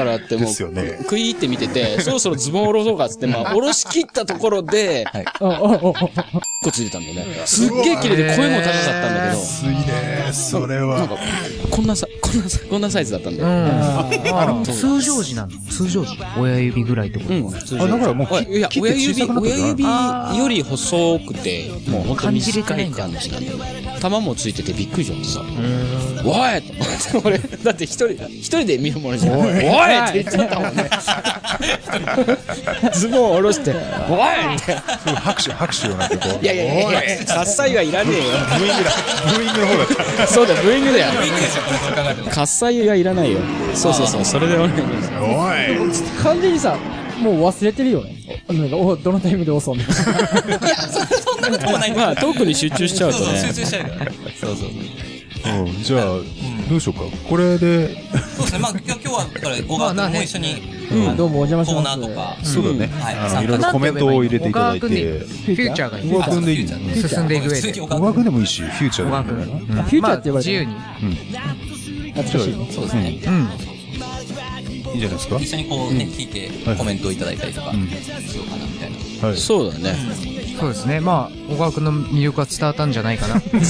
F: らってもう、
E: ですよね
F: 食い入って見てて、そろそろズボン下ろそうかっつって、まあ、下ろしきったところで、
J: い
H: ああああ
F: こっち出たんだよね。すっげえ綺麗で声も高かったんだけど、
E: いねそれ
F: なん
E: は
F: か、こんなさ、こんなさ、こんなサイズだったんだ
G: う
F: よ。
G: ん。通常時なの。通常時。親指ぐらいってこと
F: うん、普通に
E: あだからもう
F: おいいや
E: 切って小
F: 親指
E: さくなってる
F: 親指より細くてもう本当に
G: 感じれて
F: 短
G: ない
F: い
G: んだ
F: 感じなんだよ球もついててびっくりしちゃってさ「おい!」と思って俺だって一人一人で見るものじゃん「おい!」って言っちゃったもんねズボンを下ろして「おい!」って
E: 拍手拍手をなんかこう
F: いやいやいやいや喝采はいらねえよ
E: ブーイングだブーイングの方だった
F: そうだブーイングだよ
J: いいですよ、そう考えたら
F: 喝采はいらないよそうそうそうそれで俺
H: 完全にさ、もう忘れてるよね。なんか、おどのタイミングで襲うみたいな。
F: まあトークに集中しちゃうと
J: そうそう、集中
F: ね
J: しちゃうからね。そうそう。
E: うんじゃあどうしようかこれで
J: そうですね。まあ、今日今日は、だから、小川君も一緒に、
H: どうもお邪魔し
J: コー
H: ま
J: ナ
H: す。
J: ーとか、
E: そうだね
J: はい
E: あのいろんなコメントを入れていただい
G: 小川君で
E: て
G: フューチャーがいい
E: 小。川君でいい
J: あ
E: ね
G: 進んでいく上
J: 普通に
G: で。
J: 小
E: 小
J: 川君。
E: 川君でもいいしフューチャー
G: 小川
E: でも
G: 君
E: いいんじゃない。
H: あフューチャーって言
G: まあ
H: われて
G: 自由
H: る。
G: に。
H: 懐かしいね。
J: そうですね。
G: うん。
E: いいんじゃないですか
J: 一緒にこうね、聞いて、コメントをいただいたりとか、しようかな、みたいな。
E: はい
F: そうだね
G: そうですね。まあ、小川君の魅力は伝わったんじゃない <laughs> かな。
J: 早っ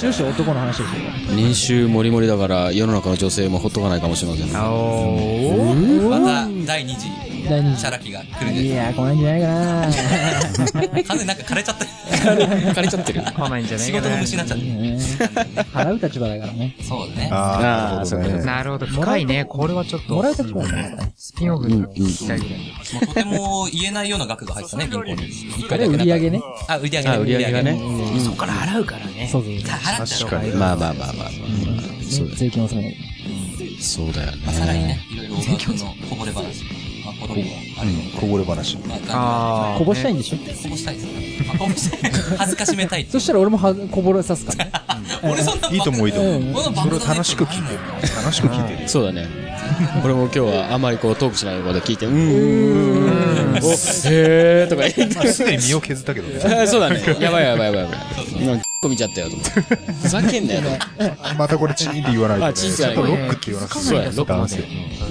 H: 終始男の話でし
F: 年収もりもりだから世の中の女性もほっとかないかもしれませんね
G: お
J: また、第2次、
H: ょ。第二
J: チャラキが来るん
H: い
J: で、
H: やー、来ないんじゃないかな
J: 完全になんか枯れちゃった。
F: 枯れちゃってる
G: 来ないんじゃない
J: 仕
G: か
J: 事の
G: な
J: 虫になっちゃって。
H: 払う立場だからね。
J: そうだね。
E: ああなるほどね
G: なるほど。深いね。これはちょっと。
H: もらう立場だからね。
G: スピンオフに聞きたいぐらい。
J: もうとても言えないような額が入ったね、銀行に。一
H: あ
J: 回だけ
H: れ、売
J: なんか
H: り上げね。
J: あ、売り上げ
F: あ売り上げがね。
G: そこから払うからね。
H: そうそう
J: さ払っちゃ
E: 確
J: う
E: かに
F: まあまあまあまあまあまあ
H: そう。税金納めない。
F: そうだよね
J: まあさらにね、いろいろ小川君のこぼれ話。まあ、子供そういうのあるよ。
E: こぼれ話。
J: まあガン
G: あー
H: こぼしたいんでしょ
J: ガンこぼしたいです。あこぼしたい。恥ずかしめたいって。
H: そしたら俺もはこぼれさすからね。
J: 俺そんなバカ
E: いいと思う、いいと思う。
J: この
E: それ
J: 爆
E: を
J: 弾
E: 楽しく聞く。楽しく聞いてる。
F: そうだね。俺も今日はあんまりこうトークしないこと聞いて、うーん、お、へーとか言って
E: まあ、すでに身を削ったけどね。
F: あ <laughs> そうだね。やばいやばいやばいやばい。今、こ見ちゃったよと思って。ふざけんなよと思って。
E: またこれチーって言わないと、
F: あ
E: ね。
F: チーって
E: ちょっ
F: 言
E: と
F: わ
E: ロ
F: な
E: ッ
F: い
E: クって言わなくて
F: そうやロック
E: 男性
F: い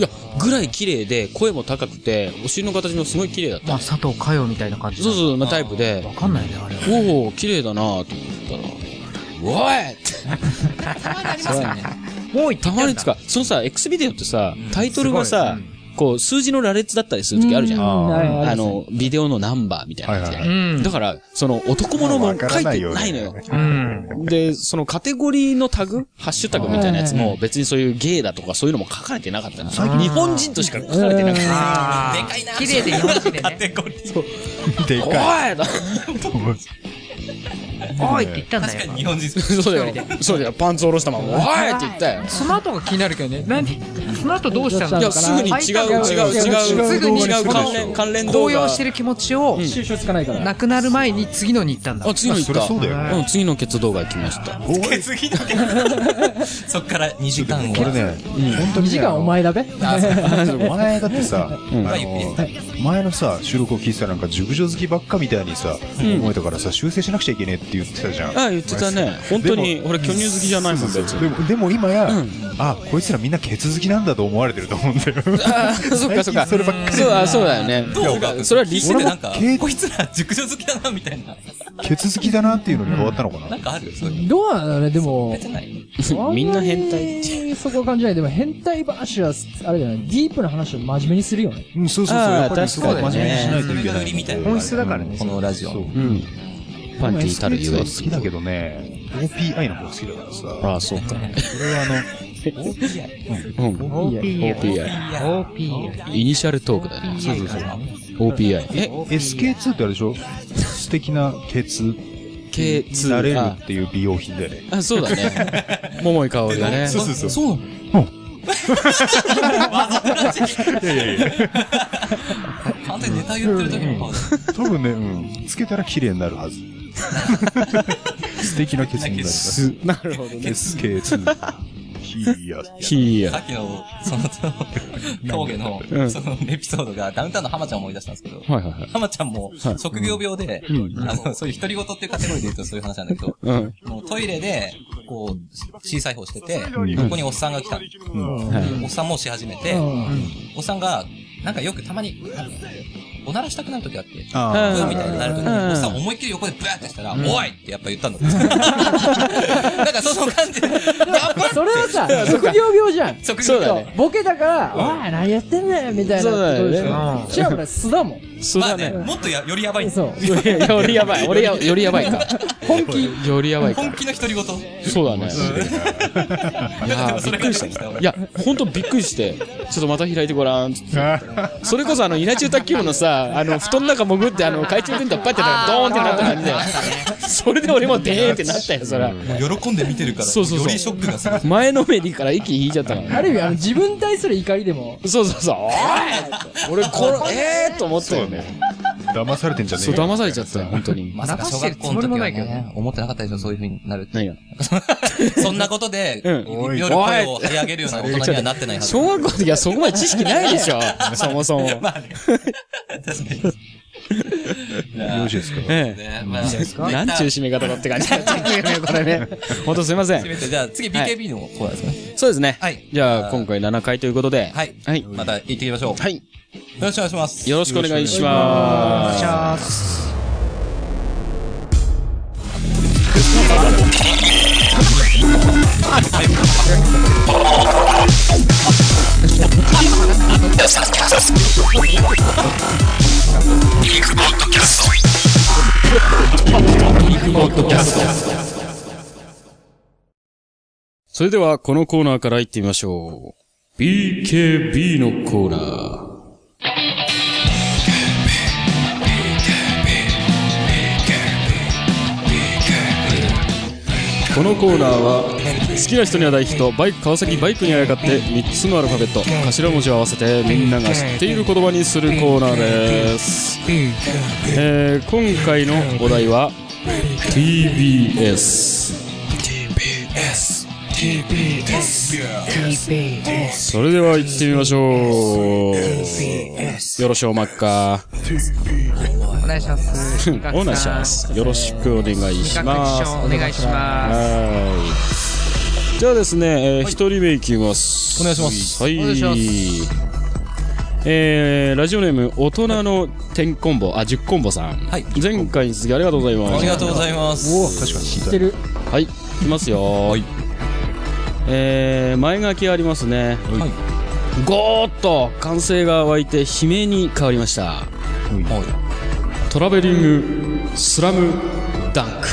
F: や、ぐらい綺麗で、声も高くて、お尻の形もすごい綺麗だった。
G: まあ、佐藤佳代みたいな感じ
F: そう
G: う
F: そう、なタイプで、
G: わかんないねあれは
F: おお、綺麗だなぁと思ったら、おいって。
G: おい
F: たまにつか、そのさ、X ビデオってさ、タイトルがさ、こう、数字の羅列だったりする時あるじゃん。
E: あー
H: はい
F: あの、ビデオのナンバーみたいなやつで
E: はい
G: うん
F: だから、その、男物も
E: わ
F: 書い
E: から
F: てな
E: ないいように
F: のよ。
G: うん
F: で、そのカテゴリーのタグ、ハッシュタグみたいなやつも、別にそういうゲイだとかそういうのも書かれてなかったの。日本人としか書かれてなかった。
G: あー
J: でか <laughs> いな
G: 綺麗で日本人で <laughs>
J: カテ
G: ね
J: ゴリー
E: で
F: お
E: か
F: いだ
G: おいって言ったんだ
J: 確か
G: よ
J: に日本人です
F: そうだよ。そうだよ。パンツ下ろしたまま、おいって言ったよ。
G: その後が気になるけどねなんでその後どうしたの
F: いや、すぐに違う、違う、違
G: す
F: う、
G: ぐに
F: 違う関連、関連動
G: 高揚
F: 画。
G: してる気持ちを
H: 収集つかないから。
G: なくなる前に次のに行ったんだ
F: あ、次の行った。
E: まあそりゃそうだよね
F: ん、次のケツ動画行きました。
J: 次の件そっから2時間
E: い。
J: 後
E: これね、本当に、
H: 2
E: ね。
H: 時間お前だべ。
E: あの。お前だってさ、
F: ん
E: あの、前のさ、収録を聞いてたらなんか熟女好きばっかみたいにさ、思えたからさ、修正しなくちゃいけねえって言ってたじゃん。
F: あ、言ってたね。本当に
E: で、も
F: 俺、巨乳好きじゃないもん、別
E: そうそうで
F: に。
E: もでも今や、あこいつらみんなケツ好きなんだと思われてると思うんだよ
F: あー、そっかそっか。
E: 最近そればっかり
F: そう、あそうだよね。
J: 動画
F: それはリス
J: で
F: ナ
J: なん
F: ー。
J: か
E: 俺も
J: こいつら熟女好きだなみたいな
E: ケツ好きだなっていうのに変わったのかな、
J: なんかあるそういう
H: どうなのね、でも。
J: じゃない
F: <laughs> みんな変態って。
H: て。そこは感じない。でも変態話は、あれだよね、ディープな話を真面目にするよね。
E: うん、そうそうそう
F: あー
E: やっぱりそこは
F: 確か
E: 真
F: に
E: 面目
F: ね
E: にしないといけない
J: 売りみたいな
G: 本質だからね
J: このラジオ
E: そう
F: うん。パンティーたる
E: s
F: ゆ
E: は
F: え
E: 好。きだけどね OPI の方が好きだからさ
F: ああ、そうか。
E: それはあの
F: うん。OPI。
G: OP
F: イニシャルトークだね。
E: そうそうそう
F: OPI。え、
E: SK2 ってあれでしょ素敵なケツ
F: K2
E: になれるっていう美容品だよね
F: あ、そうだね。 <laughs> 桃井かおりがね。
E: そうそうそう
J: そう
E: いやいやいや
J: 完全にネタ言ってる時の顔
E: 多分ね、うん、つけたら綺麗になるは <laughs> ず素敵なケツになります
F: なるほど。
E: SK2 いや
F: ひー
J: さ
F: や。
J: っきのそのその峠の
F: うん
J: そのエピソードがダウンタウンの浜ちゃんを思い出したんですけど
F: はいはいはい。
J: 浜ちゃんも職業病で、あの、そういう独り言っていうカテゴリーで言うとそういう話なんだけど、
F: うん。
J: もうトイレで、こう、小さい方してて、
E: ん
J: ここにおっさんが来たの。
F: はい。
J: おっさんもし始めて、おっさんが、なんかよくたまに、なんかおならしたくなる時あって、
E: あ
J: うーみたいになるときに、
F: うん
J: おっさん思いっきり横でブーってしたら、おいってやっぱ言った
F: <laughs>
J: んだって。なんかその感じで、やっぱ
H: それはさ、職業病じゃん。
J: 職
F: そうだ
J: 業
F: ね。
H: ボケだから、おい、何やってんだよ、みたいな
F: そうだよね
H: ことでしょ。違う、俺、素だもん。
F: そう
J: ま
F: だ
J: あね、
F: ね。
J: もっとやよりやばい。
H: そう。
F: より <laughs> よりやばい。俺や、よりやばいか。
H: 本気。
F: よりやばい
J: 本
F: か。
J: 気の独り言。
F: そうだ
J: い
F: ね。い
J: <laughs>
F: やー、びっくりしたね。いや、ほんとびっくりして。ちょっとまた開いてごらん。それこそあの、稲中卓球部のさ、あの、布団の中潜って、あの、懐中電灯バッてやったら、ドーンってなった感じだよ。それで俺もでーんってなったよ、そら。
J: もう喜んで見てるから、
F: そうそうそう
J: よりショックがすごい。 <laughs>
F: 前のめりから息引いちゃったからね
H: ある意味、あの、自分に対する怒りでも、
F: そうそうそう。おい俺、これ、えーと思ったよね。
E: 騙されてんじゃね
F: そう、
E: えよ
F: 騙されちゃったよ、本当に。
J: まさか小学校の時はね、思ってなかったでしょ、そういう風になるって。
F: 何が
J: <laughs> そんなことで、
F: うん
J: いろいろ声を張り上げるような大人にはなってないはず。
F: 小学校の時はそこまで知識ないでし
E: <laughs>
F: ょ、そもそも。
J: <laughs> まあね。確かに。
E: よろしいですか
F: ええ。
J: ねまあ、
F: なんちゅう締め方だって感じになっちゃったよね、これね。本当すいません。
J: じゃあ次 BKB のコーナーですね。
F: そうですね。
J: はい
F: じゃあ、今回7回ということで。
J: はい
F: はい。
J: また行ってみましょう。
F: はい。
J: よろしくお願いします。
F: よろしくお願いします。 <laughs> それでは、このコーナーから行ってみましょう。BKB のコーナー。このコーナーは好きな人には大ヒットバイク川崎バイクにあやかって3つのアルファベット頭文字を合わせてみんなが知っている言葉にするコーナーです、えー今回のお題は TBS
G: TP
F: それでは行ってみましょうよろしおまっか
G: お願いします
F: オーナーシャースよろしくお願いし
G: 企
F: ま
G: 画
F: す
G: ショーお願いします
F: はいじゃあですね、えー一人目いきます。お願いします。はい。
G: お願いします
F: えーラジオネーム、大人の10コンボ、あ、10コンボさん。
J: はい
F: 前回に続きありがとうございます。
J: ありがとうございます。
E: 確かに
H: 知ってる。
F: はい。いきますよ。
J: はい
F: えー前書きありますね。
J: はい
F: ゴーッと歓声が湧いて悲鳴に変わりました。
J: は
F: トラベリング、スラム、ダンク。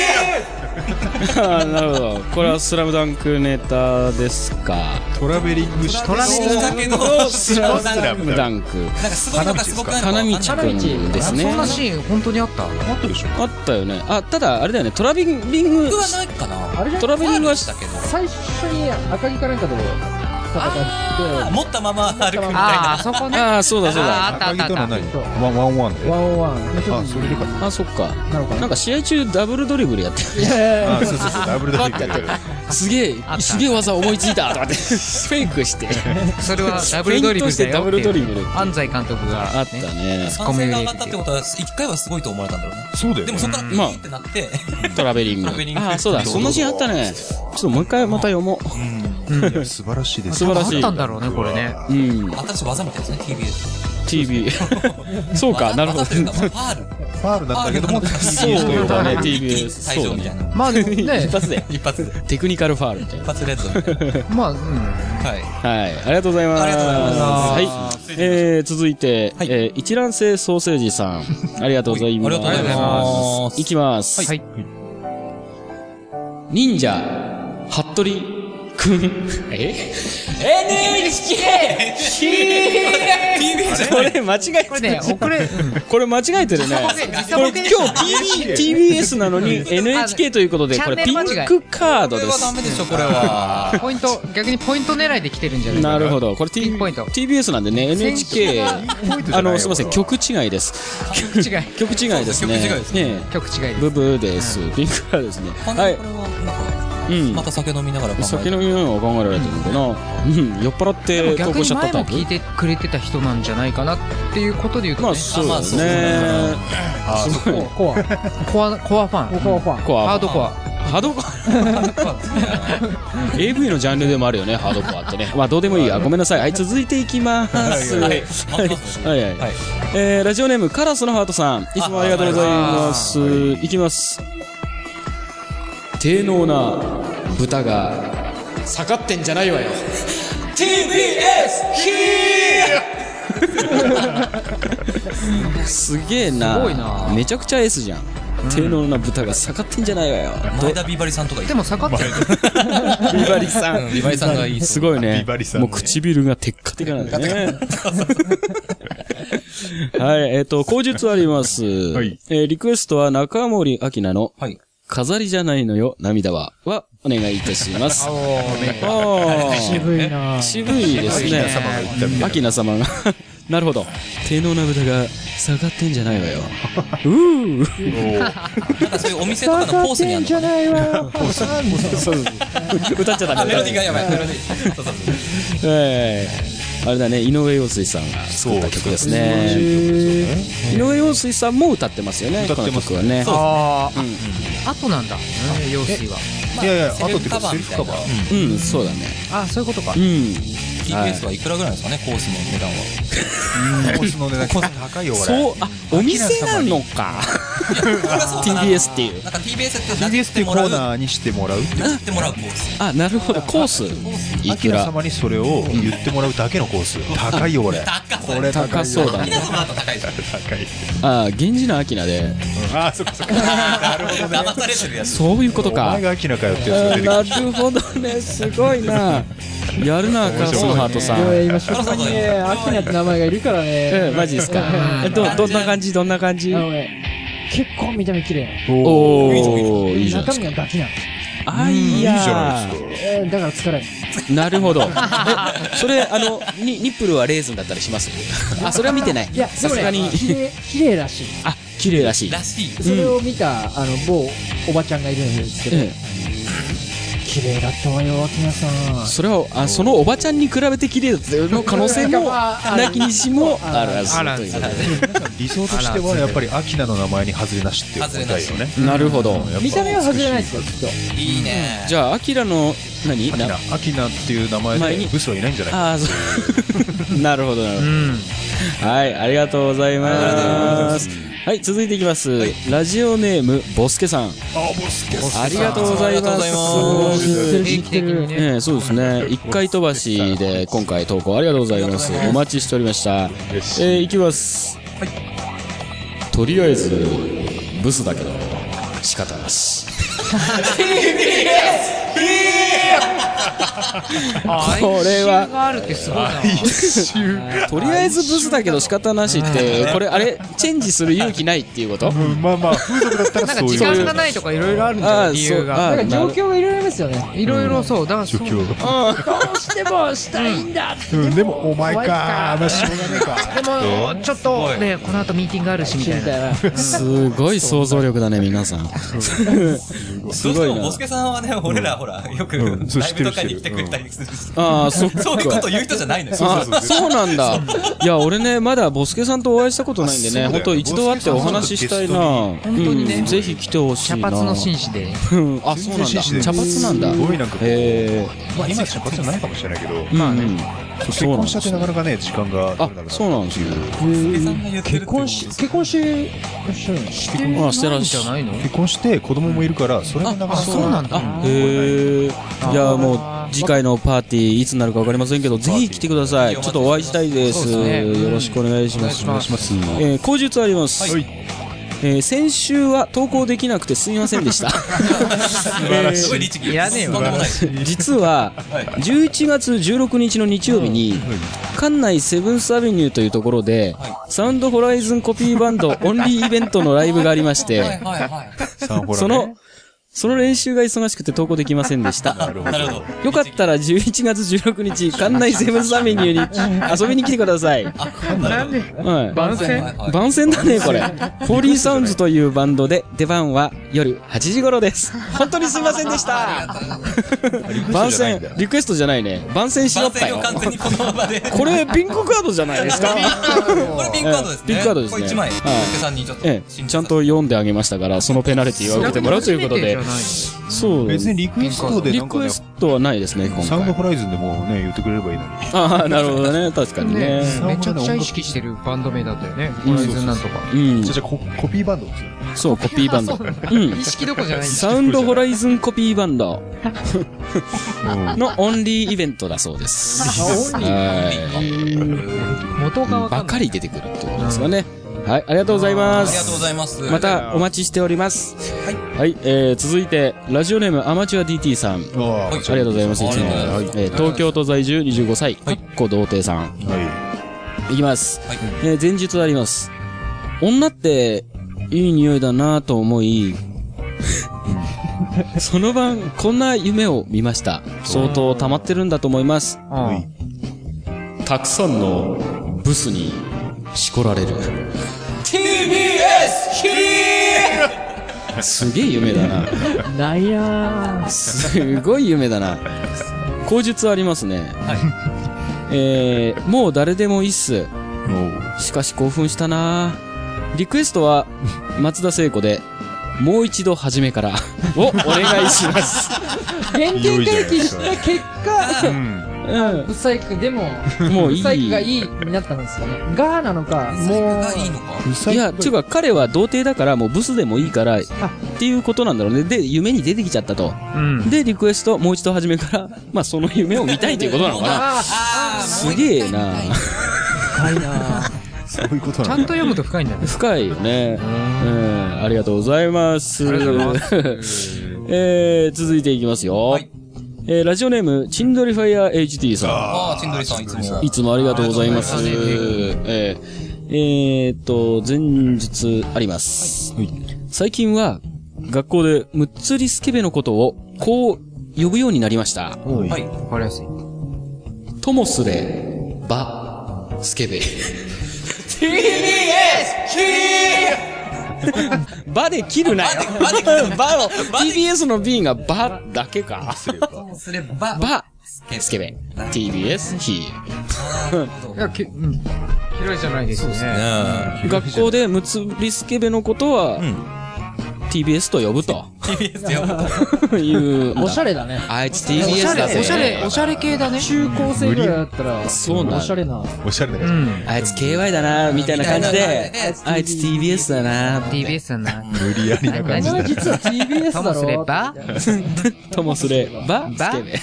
F: TBS キーあー <laughs> なるほど。これはスラムダンクネタですか。
E: トラベリングし
J: トラベリングだけど、スラムダンク。
E: ラ
J: なん
E: ム
F: スラムダンク。
J: かすごいのかすごくないのか
F: 花道
J: わかん
F: くんですね
G: そんなシーン本当にあった
E: あったでしょ
F: あったよねあただあれだよねトラベリング
J: ない僕はないかな。
H: あれじゃん
F: トラベリングは
J: したけど。
H: 最初に赤木かなんかと戦
J: あ
H: っ
J: 持ったまま歩くみたい
G: ああ
J: な。
G: そこね
F: ああそうだそうだ
G: あったあ
E: 赤
G: ったあ
E: 木と
G: った
E: の何ワンワンワン
H: て、
E: で
H: ワンオンワン。
E: あそれでか
F: あそっか
H: なのか
F: なんか試合中ダブルドリブルやって
H: いやいや
E: あそうそうそうダブルダブル
F: パッてすげえ
G: った
F: すげえ技思いついたとかって <laughs> フェイクして
G: それはダブルドリ
F: フェイン
G: ブルだよって
F: トしてダブルドリ
G: い
F: ブル
G: う安西監督が
F: あったね
J: 歓声が上がったってことは、一回はすごいと思われたんだろうね。
E: そうだ
J: で
E: よ
J: も
E: ね
J: そっから、ピ
F: まあ
J: ーってなって、
F: トラベリング
J: トラベリング
F: ああそうだそんなシーンあったねちょっともう一回また読も
E: いや素晴らしいです
F: 素晴らしい
G: あったんだろうねこれね
F: ううん
J: 新しい技みたいですね、TBS。
F: TV <laughs> そうかなるほど
J: 技というかまあファール。
E: ファールだったけども
J: そ
E: TBS と呼ば
J: <laughs>
E: れ
F: そうだね
E: る
F: TBS
J: 退場みたいな。
G: まあで
F: <laughs>
G: もね
F: 一発で
J: 一発で。
F: テクニカルファールみたい
J: 一
F: な
J: 発レッドみたい
G: まあうん
J: な。はい。
F: はい、ありがとうございます。
J: ありがとうござい
F: ます。はい、えー、続いて、
J: はい
F: えー一卵性ソーセージさん、ありがとうございます。
J: はいありがとうございます
F: いきます。
G: はい
F: 忍者、服部くん。え
J: TBS
F: <laughs>
J: じゃ
F: これ間違え
G: これ
F: てる
G: ね。遅れうん
F: これ間違えてるね。
G: 実
F: これ
G: は
F: 今日 TV TBS なのに NHK ということで、
G: チャ
F: こ
G: ン
F: れ
G: ネ
F: ピ
G: ル間違
F: ン
G: い
F: クカー
J: こ
F: ド
J: れ
F: で
J: は
F: す
J: ダ。メでしょ、これは。
G: ポイント逆にポイント狙いで来てるんじゃない
F: なるほど。これ
G: ピ
F: T-
G: ンポイント
F: TBS なんでね、NHK、あの、すいません、曲違いです。
G: 曲違い
F: 曲違いですね。
J: 曲違いです
F: ねえ
G: 曲違いで
F: ブ
G: す
F: ブーです。ピンクカラーですね。
J: こ
F: は
J: れ
F: い
J: こ。れは、なんか、
F: うん
J: ま。た酒飲みながら考えて
F: 酒飲みながら考えられてるのかな。うん。酔っ払って投
G: 逆
F: 稿しち
G: に
F: ゃった
G: 前
F: タ
G: も
F: イプ
G: 聞い。てくれてた人なんじゃないかなっていうことで言うとね、
F: まあ、そう
J: まあ
F: です
J: そうだ
F: ね。すごい。
H: コア、
G: コアコアファン
H: コアファン。
F: コ
G: ハー
F: ア。
G: ドコア
F: ハードコア。AV のジャンルでもあるよね、ハードコアってね。まあ、どうでもいいや。ごめんなさい。はい、続いていきます。 <laughs> はいはいはい。
J: はい。
F: えーラジオネームカラスのハートさんいつもありがとうございますいきます低能な豚が下がってんじゃ <laughs> ないわよ TBS ヒー <laughs> すげえな
G: すごいな
F: めちゃくちゃ S じゃん、低能な豚が下がってんじゃないわよ
J: 前田ビバリさんとかいい
G: でも下がってる
F: ビバリさ
J: うんビバリさんがいい。
F: すごいね
E: ビバリさ。ん
F: も
E: ね
F: う唇がテッカテカなんだね。
E: <laughs>
F: はい、えっ、と、口述あります。
E: い
F: えーリクエストは中森明菜の、
J: はい。
F: 飾りじゃないのよ、涙は、は、お願いいたします。あー
H: 渋いなぁ。
F: 渋いですね。明菜様が。 <laughs> なるほ
J: <laughs>
F: ど。低能な豚が下がってんじゃないわよ。
J: なんかそういうお店とかのポーズにあるのかな。
F: <laughs> 歌っちゃダメ。
J: メロディーがやばい。メロディー。そうそうそう。
F: ええあれだね井上陽水さんが作った曲ですね井上陽水さんも歌ってますよねこの曲はね
G: あーあとなんだうん用水は
E: やいやいやあ
J: ま
E: とっていうか
J: セ
E: セ
J: ル
E: ル
J: フ
E: フ
J: カ
E: カ
J: バ
E: バ
J: ー
E: ー
F: うんそうだね
G: あそういうことか
F: うん
J: TBS はいくらぐらいなんですかね、コースの値段は。
E: コースの値段高いよ俺
F: そうあお店なの <laughs> か TBS っていう
J: なんか TBS って、
E: TBS っていうコー
J: ー。
E: ナーにしてもらう
J: なってもらうコース。
F: あなるほどコースい
E: アキ
F: く
E: ラ
F: ら
E: 様にそれを言ってもらうだけのコース高いよ俺
J: 高そう
E: これ
F: 高そうだ
J: みん
F: ね
J: なその後高いじゃん。
E: 高い
F: あ源氏の明菜で
E: ああそっかそっか
J: なるほどね。騙されてるやつ。
F: そういうこと
E: お
F: か
E: 前がアキラかよってやつが
F: あ
E: 出てく
F: な
E: る
F: るほどねすごいなやるなカスのハートさん
H: いや今、職場にね、アキナって名前がいるか
F: え
H: らね。
F: えマジですかえどどんな感じどんな感じ
H: あのね、結構見た目綺麗。
F: おー、いいじゃないで
H: 中
F: す
H: 身
F: か。
H: がガキなの。
F: あ、いや
E: いいじゃないですか。
H: えーだから疲れん。
F: なるほど。え
J: それ、あの、にニップルはレーズンだったりします
F: あ、それは見てない
H: いや、。
F: さすがに
H: でもね。綺麗綺麗らしい。
F: あ、綺麗らしい。
J: らしい。
H: それを見た、あの、某おばちゃんがいるんですけど、
F: え
H: 綺麗だったわよ、きなさ
F: え、
H: ん。
F: それはあそのおばちゃんに比べて綺麗だったの可能性もなきにしもあらずということ
E: 理想としてはやっぱり秋名の名前に外れなしっていう答えよね。
F: でなるほど。
E: やっぱ
H: 見た目は外れないですよ、きっと。
J: いいね。
F: じゃあ、アキラの何
E: 秋名
F: な
E: 秋名っていう名前
F: 前
E: で
F: に
E: ブスはいないんじゃないか。
F: ああ、そう。 <laughs> なるほど、なるほど。はい、ありがとうございます。はい、続いていきます。ラジオネーム、ボスケさん。ありがとうござい
J: あり
F: ます。
J: がとうございます
H: 知って
G: 定
H: る知
G: 期
H: って
G: 的に
H: る。
G: ね。
F: ええそうですね一回飛ばしで今回投稿ありがとうございますお待ちしておりましたえー、いきます、とりあえずブスだけど仕方な <laughs> しこれは
G: があるってすごいな。
F: とりあえずブスだけど仕方なしってこれあれチェンジする勇気ないっていうこと
E: うん <laughs> まあまあ風俗だったら
G: なん
E: そ
G: か
E: う
G: 時
E: い
G: 間
E: う
G: がないとかいろいろあるんじゃ
F: あ
G: な
F: あ
G: い理由が。
F: そうあ
H: なんか
F: な
H: 状
F: る
H: 況がいろいろありますよね。
G: いろいろそう、だからそう。
E: 状況が。
H: どうしてもしたいんだ。
E: うんでもお前
H: お前か
E: か。まあしょうがねえか。
G: でも、ちょっとね、この後ミーティングあるしみ
H: み
G: たいな。
H: たいな。
F: すごい想像力だね皆さん
J: ど
F: す
J: うして
F: ごい
J: もボ
F: な
J: スケさんはね、俺らほら、よく、ライ
E: うん
J: ブ
E: そう知ってる
J: とかに来てくれたりするし。
F: ああそっか
J: そういうこと言う人じゃないのよ。
F: あそうなんだ。いや、俺ね、まだボスケさんとお会いしたことないんで
E: あ
F: ね、
E: そうだ
F: 本
E: よ
F: 当一度会ってお話ししたいな。本
G: ストにね
F: ぜひ来てほしい
G: 茶
F: な。
G: 髪の紳士で。
F: うんあ、そうなんだ。茶髪なんだ。
E: すごいなんかこう
F: へ
E: まあ今仕事じゃないかもしれないけど、
F: え。まあね。
E: 結婚したってなかなかね時間が
F: あ
E: 取れなくな、る
F: そうなんですよ。
J: 結
H: 結婚し、結婚してらっしゃるんです
F: あ、してらっし
G: じゃ
F: ゃる。
G: ないの
E: 結婚して子供もいるからそれもなかな
G: あ、
E: か
G: そうなんだ。
F: あ、へえ。いや、もう、次回のパーティー、いつになるかわかりませんけど、ぜひ来てください。ちょっとお会いしたいです。
G: そうですね
F: よろしくお願いします。
G: お願いし
F: ます。えー、口述あります。
E: はい
F: えー先週は投稿できなくてすみませんでした。
J: 素晴らしい。すごい律儀。
G: いやねえわ
J: とんでもない。
F: 実は
J: はい
F: 11月16日の日曜日に館内セブンスアベニューというところでサウンドホライズンコピーバンドオンリーイベントのライブがありま
J: は
F: し
J: い
F: て
J: はいはい。
E: サンホラね
F: そのその練習が忙しくて投稿できませんでし
J: <laughs>
F: た
J: なるほど。
F: よかったら11月16日館内セブンスアベニュ
J: <laughs>
F: ーに遊びに来てください、
G: なんで
F: は
G: 番
J: はい
G: 宣
J: はい
F: い、番宣だねこれフォーリーサウンズというバンドで出番は夜8時頃です本当にすいませんでした番宣リクエストじゃないね番宣しろっ
J: 番
F: た
J: 宣
F: よ
J: を完全にこの場で。
F: これピンクカードじゃないで
J: <laughs>
F: すか
J: これピンクカードですね。
F: ピンクカードですね
J: これ一枚、
F: はい
J: ボスケさんにちょっと。
F: ええ、ちゃんと読んであげましたからそのペナルティは受けてもらうということでそう
E: 別にリクエストでな
F: リ
E: んか
F: クエ
E: ね
F: ストはないですね今
E: サウンド
F: 回
E: ホライズンでもね言ってくれればいいのに
F: ああなるほどね確かにね
G: ねめちゃくちゃ意識してるバンド名だったよね。ホライズンなんとか。
F: うん
E: じゃあじゃあココピーバンドですよ
F: そうコピーバンドうん
G: 意識どこじゃないんだ。
F: サウンドホライズンコピーバンドのオンリーイベントだそうです。はい
G: 元がわか
F: ば
G: んな
F: か
G: い。
F: り出てくるってことですかね。はい、ありがとうございま
J: あり
F: す
J: が。とうございます。
F: またお待ちしております。はい。えー、続いて、ラジオネームアマチュア DT さん。
E: あ
J: はい
E: あ
F: ありがとうございます。
J: あ
F: いつ
J: り
F: も
J: がとうございます。
F: えー東京都在住25歳、かっこ童貞さん。
E: はい
F: きます。
J: はい
F: えー前述であります。女って、いい匂いだなぁと思い、その晩、こんな夢を見ました。相当溜まってるんだと思います。
G: うん
F: たくさんのブスにしこられる。すげえ夢だな。
H: ないや
F: すごい夢だな。口述ありますね。えー、もう誰でもいいっす。しかし興奮したなリクエストは、松田聖子で、もう一度初めから、をお願いします。
H: 原型回帰した結
E: い
H: 果、
E: うん
H: ブサイクでも、
F: もう
H: ブ
F: いい。
H: サイクがいいになったんですよね。ガーなのか、もう、
J: がいいのか。
F: いや、ていうか彼は童貞だからもうブスでもいいから、っていうことなんだろうね。で、夢に出てきちゃったと。で、リクエスト、もう一度初めから、まあその夢を見たいということなのかな。 <laughs>
J: あ
F: すげえな
E: そういうこと
G: ち
E: な
G: ゃ
E: ん
G: ん
E: だ
G: と読むと深いんだね。
F: 深いよね。うん、ありがとうございます。 <laughs> えー、続いていきますよ。
J: はい
F: えー、ラジオネーム、チンドリファイヤー HD さん。
J: ああ、チンドリさんいつも。
F: いつもありがとうございます。
G: ありがとうござい
F: えーえーっと、前日あります。最近は、学校で、むっつりスケベのことを、こう、呼ぶようになりまし
J: はい。
F: た。
G: わかりやすい。
F: ともすれ、ば、スケベ。TBS! ばで切るなよ。ばで切る。ばを、TBS の B がばだけか。
J: すれば、
F: ば、スケベ。TBS、ひ。
G: いや、き、うん。広いじゃないですね。
J: う
F: 学校でむつりスケベのことは、
J: ん
F: TBS と呼ぶ
J: ん。
F: と
J: TBS で呼ぶと。
F: いう。
H: おしゃれだね。
F: あいつ
G: おしゃ
F: TBS だ
G: れ、
F: ぜ。
G: おしゃれ、おしゃれ系だね。
H: 中高生ぐらいだったら、
F: そうなんだ
H: おしゃれな。
E: おしゃれだ
G: う
E: よ。
G: ん。
F: あいつ KY だな、みたいな感じで
J: みたいな感じ、
F: あいつ TBS だな、
G: TBS だな。
E: 無理やりな感じ
H: それ
E: だ。
H: 実は TBS
G: と
H: だ
G: も <laughs> すれ
H: ろ。
G: ば、
F: ともすれば、
G: ば
F: スケベ。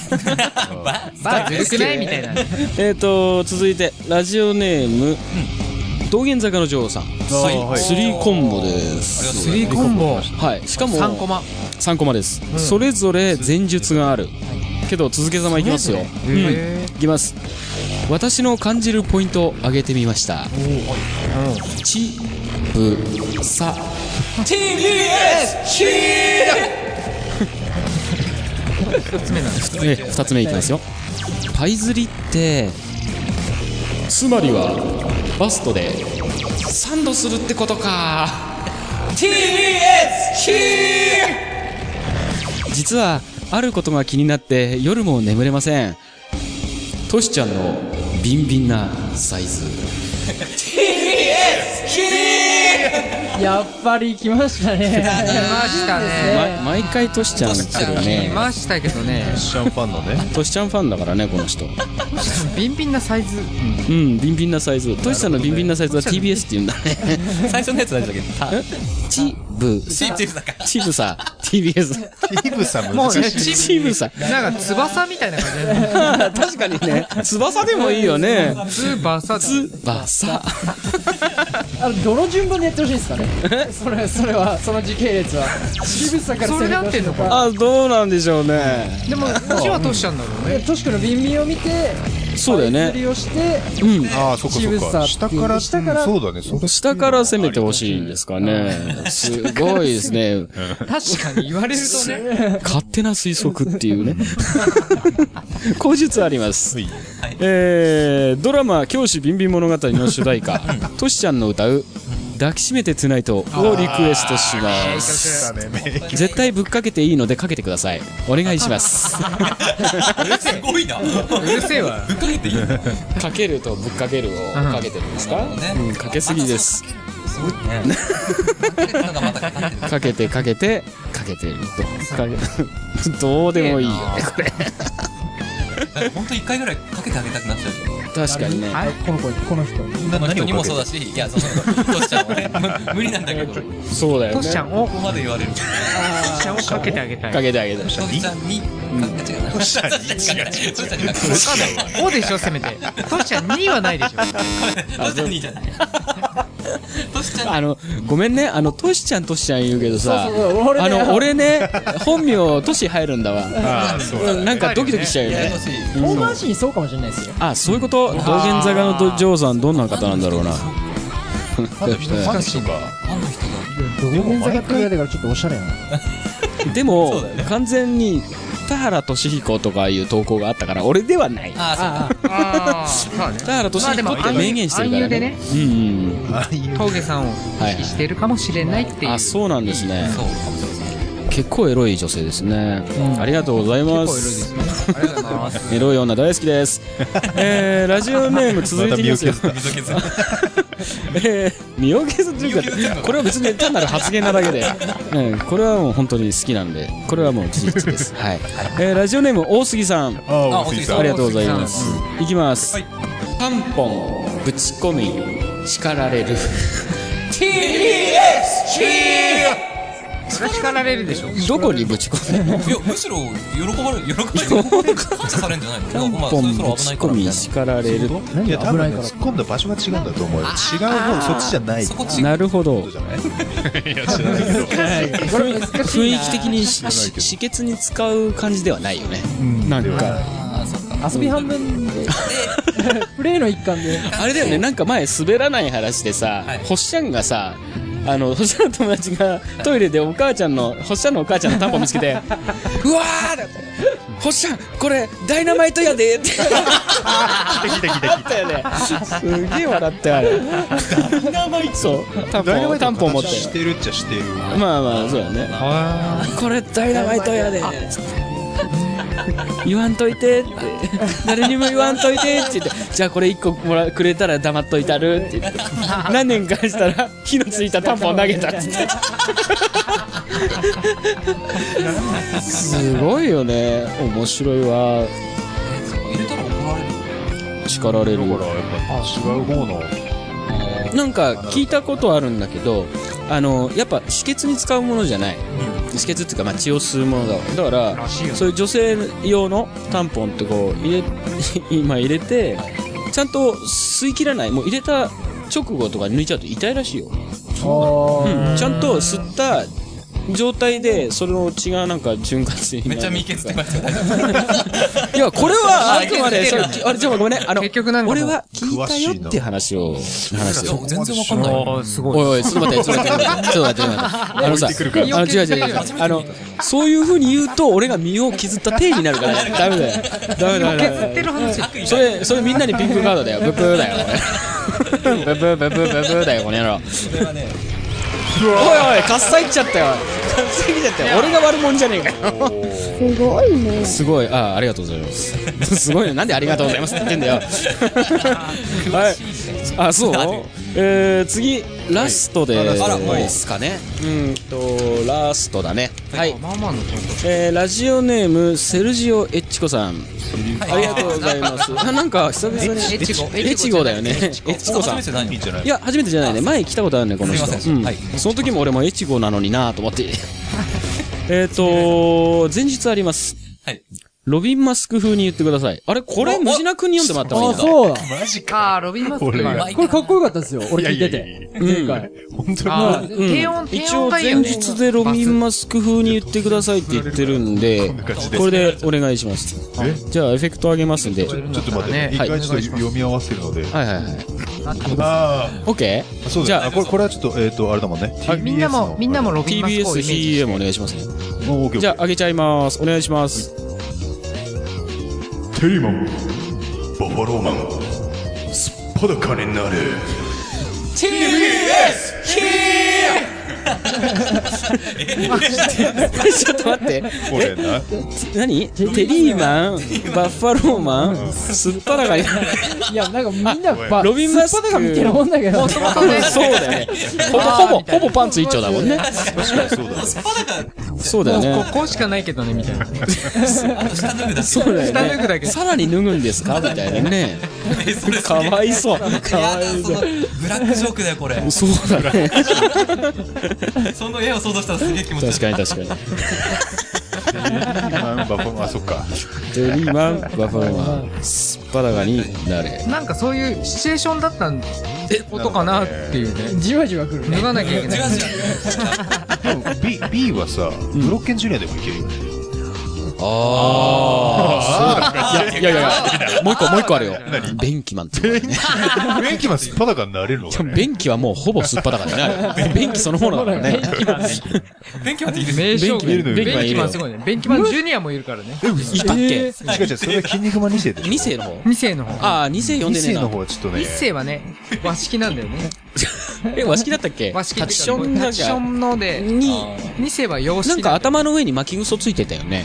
G: ば、ずるくないみたいな。
F: えーと、続いて、ラジオネーム、道玄坂の女王さん。
E: あーはい
F: スリーコンボです。
G: スリーコンボ。
F: はい。しかも、
G: 3コマ。
F: 3コマです。それぞれ前述がある。けど、続けざまいきますよ。うん。
G: へ
F: いきます私の感じるポイントを上げてみましたちぶさ TBS ええ二つ目いきますよパイ釣りってつまりはバストでサンドするってことか TBS 実はあることが気になって夜も眠れませんトシちゃんのビンビンなサイズ
H: やっぱり来ましたね。
G: <laughs> え来ましたね。
F: ま毎回トシちゃん来る
G: 来
F: ね
G: ましたけどね。
E: シャンファンのね。
F: トシちゃんファンだからねこの人う
G: ビンビンなサイズ。
F: んビンビンなサイズトシさんのビンビンなサイズは TBS って言うんだね
J: <laughs> 最初のやつ何だっけ
F: <laughs>
J: た、
F: チブ
J: チチーズだから。
F: チブさ TBS
E: イブさん難しい。
F: チブさ
G: なんか翼みたいな感じだね。
F: 確かにね翼でもいい
J: <laughs>
F: よね
G: 翼だ。
F: 翼
H: あの、どの順番でやってほしいですかね。それ、それは、その時系列は。渋さから
G: それで合ってんのか。
F: あどうなんでしょうね
G: でも、こっちはトシちゃんだろうね。
H: トシ君のビンビンを見て、
F: そうだよ
H: 釣
F: ね
H: りをして、
F: うん
E: ああ、そっかそっか。
H: チー
E: 下
H: ブさん
E: から、うんそ
H: 下
E: う
H: から
E: だね。それ
F: 下から攻めてほしいんですかねすごいですね
G: <laughs> 確かに言われるとね。
F: 勝手な推測っ
E: <laughs>
F: ていうね。口述あります。
E: い
F: えー、ドラマ、教師ビンビン物語の主題歌、トシちゃんの歌う、抱きしめてツナイトをリクエストします。
E: だね。名曲
F: 絶対ぶっかけていいのでかけてください。お願いします。
J: すごいな。
G: うるせえわ。
J: ぶっかけていいの
F: かけるとぶっかけるをかけてるんですか、うん、かけすぎです。
J: すごいね。なんかまたかかってる。
F: かけてかけて、かけてると。かけどうでもいいよね、これ。
J: だって本当一回ぐらいかけてあげたくなっちゃうじ
F: 確かにね。
H: この子、この人。
J: ゃん。この人にもそうだし、いや、そんなことしちゃう
F: <laughs>
J: ね。無理なんだけど、こ
F: そうだよ
G: トシち
F: ね。
G: ゃんを、
J: こまで言われる。
G: トシちゃんをかけてあげた
F: か
G: い。
F: けてあげて。
J: トシちゃんに、あ違うな。トシちゃんに、トシちゃんに、トシちゃんにかける、
G: おでしょ、せめて。トシちゃん2はないでしょ。
J: トシちゃんにじゃない。トシちゃんに
F: <laughs> あの、ごめんね、あの、トシちゃん、トシちゃん言うけどさ、
H: そうそうそう俺
F: あ
H: ね
F: の、俺ね、本名、トシ入るんだわ。
E: ああ、そうだね。
F: なんかドキドキしちゃうよ
J: やや
F: ね
J: こ。しい。
H: オーバーシーンそうかもしれないですよ。
F: あ、そういうこと道玄坂のどジョーさん、どんな方なんだろうな。
E: ファンの人が。
J: ファンの人が。
H: ドキュメンザがってぐらいだからちょっとおしゃれ
F: <laughs>
H: な。
F: でも、完全に、田原俊彦とかいう投稿があったから、俺ではない。
J: ああ、そうか。
G: ああ、そうね。
F: 田原俊彦って明言してるからね。
G: ま
F: うんうん
G: 峠さんを意識してるかもしれないって
F: う
G: い
F: ん。
G: う。
F: あ、そうなんですね。
J: そうかもしれない。
F: 結構エロい女性ですね。ありがとうございます。
G: ありがとうございます。
F: エロい女大好きです。えー、ラジオネーム続いていきますよ。
J: 溝削
F: <laughs> えー、身を削っていうか、これは別に単なる発言なだけで、うん、これはもう本当に好きなんで、これはもう事実です。はい。えー、ラジオネーム大杉さん、
E: ああ、大杉さ
F: あ
E: ん。
F: りがとうございます。いきます。
J: はい
F: タンポン、ぶち込み、叱られる。
G: それ叱られるでしょ。
F: どこにぶち込んで
J: いや、むしろ喜ばれる、喜ばれる。感謝されるんじゃないの
F: <laughs> タン
J: まあ、
F: ポ
J: そろ
F: ン、
J: そ
F: ぶ
J: ろ危
F: ち
J: ないか
F: 込
J: らみた
F: み、
J: いな。
F: 叱られる。
E: いや、多分ね
H: 危ないから
E: 突っ込んだ場所が違うんだと思うよ。違う方、そっちじゃない。
J: そ
E: そ
J: こ
E: う
J: 違う。
F: なるほど。
E: じゃないいや、知らないけど。
F: 雰囲気的にしし止血に使う感じではないよね。なんか、
J: ああ、そっか。
H: 遊び半分
G: <laughs>
H: で、プレイの一環で。
F: <laughs> あれだよね、なんか前、滑らない話でさ、
J: はい
F: ほっしゃんがさ、あの、ほっ <laughs> しゃんの友達がトイレでお母ちゃんの、ほっしゃんのお母ちゃんのタンポ見つ <laughs> けて、うわーほっしゃん、これ、ダイナマイトや <laughs> でって。あったよね。すげえ笑ったよ、あれ。ダイナマイトそう、タンポ、タンポ持って。
E: してるっちゃしてる。
F: まあまあ、そうだね。
E: あ
F: これダイナマイトやで言わんといてって誰にも言わんといてって言ってじゃあこれ1個もらくれたら黙っといたるって言って何年かしたら火のついたタンポン投げたっつってすごいよね面白いわ
J: 入れたら怒られる
F: 叱られる
E: だからやっぱ違う方の。
F: なんか聞いたことあるんだけどあのやっぱ止血に使うものじゃない止血っていうか、まあ、血を吸うものだわだからそういう女性用のタンポンってこう入れ <laughs> 今入れてちゃんと吸い切らないもう入れた直後とか抜いちゃうと痛いらしいよ、うん、ちゃんと吸った状態でその血がなんか潤滑性にな
J: め
F: る
J: っちゃ眉間つってますよね
F: いやこれはあくま
J: 眉
F: でそ
J: 毛つ
F: れ
J: ってる
F: あれちょっとごめんねあの
G: 結局なんかもう
F: 俺は聞いたよって話を話を
J: 全然わかんない
E: あ
G: すごい。
F: おいおい、ちょっと待って、ちょっと待って、ちょっと待って、ちょっと待って。あのさ、あの違う違う違う。あの、そういう風に言うと、俺が身を削った体になるから、ダメだよ。ダメだよ。削ってる話それ、それみんなにピンクカードだよ。ブッブーだよ、これ。ブブーブブーブブーだよ、この野郎。おいおい、かっさいっちゃったよ。かっさいっちゃったよ。俺が悪者じゃねえかよ。
B: すごいね。
F: すごい、ああ、ありがとうございます。す <laughs> ごいね、なんでありがとうございますって言 <laughs> ってんだよ。はい。あ、そう
J: なる。
F: えー、次、ラストで、
J: あらもうい
F: い
J: い
F: いっ
J: っ
F: す
J: す
F: かね。うんと、ラストだね。はい。
G: まあまあのち
F: えー、ラジオネーム、セルジオエッチコさん。ありがとうございます。あ、なんか、久々に。
G: エッチコ
F: エッチコだよね。エ
G: エッチコ
F: ッチコさん。
J: 初めて何いいんじゃない
F: いや、初めてじゃないね。前来たことあるね、この人。
J: すいません
F: うん
J: はい
F: その時も俺もエチゴなのになと思って。えっと、前日あります。
J: はい
F: ロビンマスク風に言ってください。あれこれ、
J: お
F: ムジナ君に読んでもらった方が
H: <laughs> あ、
F: いいんだ。
H: そうだ。
G: ああ、ロビンマスク
E: 俺
G: が。
E: が
J: 毎
H: これ
J: 回
H: かっこよかったですよ。俺聞いて
E: いやい
H: て。
E: や
H: 前回。
E: 本当に
G: あー、
F: うん
G: 低音、低
F: 一
G: 音
F: 応
G: がいい
F: 前
G: よね。
F: 日でロビンマスク風に言ってくださいって言ってるんで、
E: な感じです
F: これでお願いします
E: え。
F: じゃあエフェクト上げますんで。はい
E: ちょっと待って、
G: ね
E: 一回ちょっと読み合わせるので。
F: はいはい。
E: ああ、
F: OK?
E: そう
F: じ
E: だ
F: ゃ
E: ね。
F: あ
E: あこれこれはちょっとえっとあれだもんね。TBS の
G: みんなも、みんなもロビンマスクをイメージ
F: TBS、。CM お願いしますね。
E: おーオッケーオッケー
F: じゃあ上げちゃいます。お願いします。
A: テリマンバファローマンすっぱだかになれ
F: ちょっと待って。 <laughs>
E: これな。
F: 何テリーマン、バッファローマン、すっぱら <laughs> がい
H: いや、なんかみんな、ば
F: ロビンマスク
H: スッパだかみたいなもんだけ
F: <laughs>
H: ど。
F: そうだよね。ほぼ、ほぼ、ほぼパンツ一丁だもんね。
E: 確かにそうだ。
F: そうだよ
G: もう
F: ね。
G: ここうしかないけどね、みたいな。
J: 下脱ぐだ
F: そうだ
G: 下脱
F: よ
G: ぐだ
F: ね。
G: け
F: さらに脱ぐんですかみたいなね。
J: けそれ
F: かわいそう。かわい
J: そ
F: そ
J: のブラックジョークだよこれ
F: う。そうだね。
J: その絵を想像したらすげえ気持ち悪い
F: 確かに確かに。
E: あバファローあそっか。
F: テリーマン、バッファローマン、すっぱらがになれ。
G: なんかそういうシチュエーションだったことかなっていうね。
H: じわじわ来るね。
G: 脱がなきゃいけない。
E: でも B B はさ、ブロッケンジュニアでもいけるよね。
F: いやいやいや、もう一個、もう一個あるよ。ベンキマンって。
E: 便器はすっぱだかになれるの
F: <laughs>
E: かね。
F: 便器はもうほぼすっぱだからね。便器そのものだからね。
J: 勉強っていいです
G: 名勝負。
E: 便器マン
G: ベンキマンすごいね。ベンキマンジュニアもいるからね。
F: いたっけ
E: 違う違う、それは筋肉マン2世でしょ。
F: 二世の方
G: 2世の方。
F: ああ、二世読ん
E: 2
F: でねえ
E: 世の
F: な
E: 方。はちょっとね
G: 1、世はね、和式なんだよね。
F: え、和式だったっけ
G: 和式
F: タッチション
G: タ
F: だ
G: ッチショ
F: が。
G: ンので、
F: に、
G: 2世は洋式
F: なんか
G: だよ
F: 頭の上に巻き嘘ついてたよ
G: <laughs>
F: ね。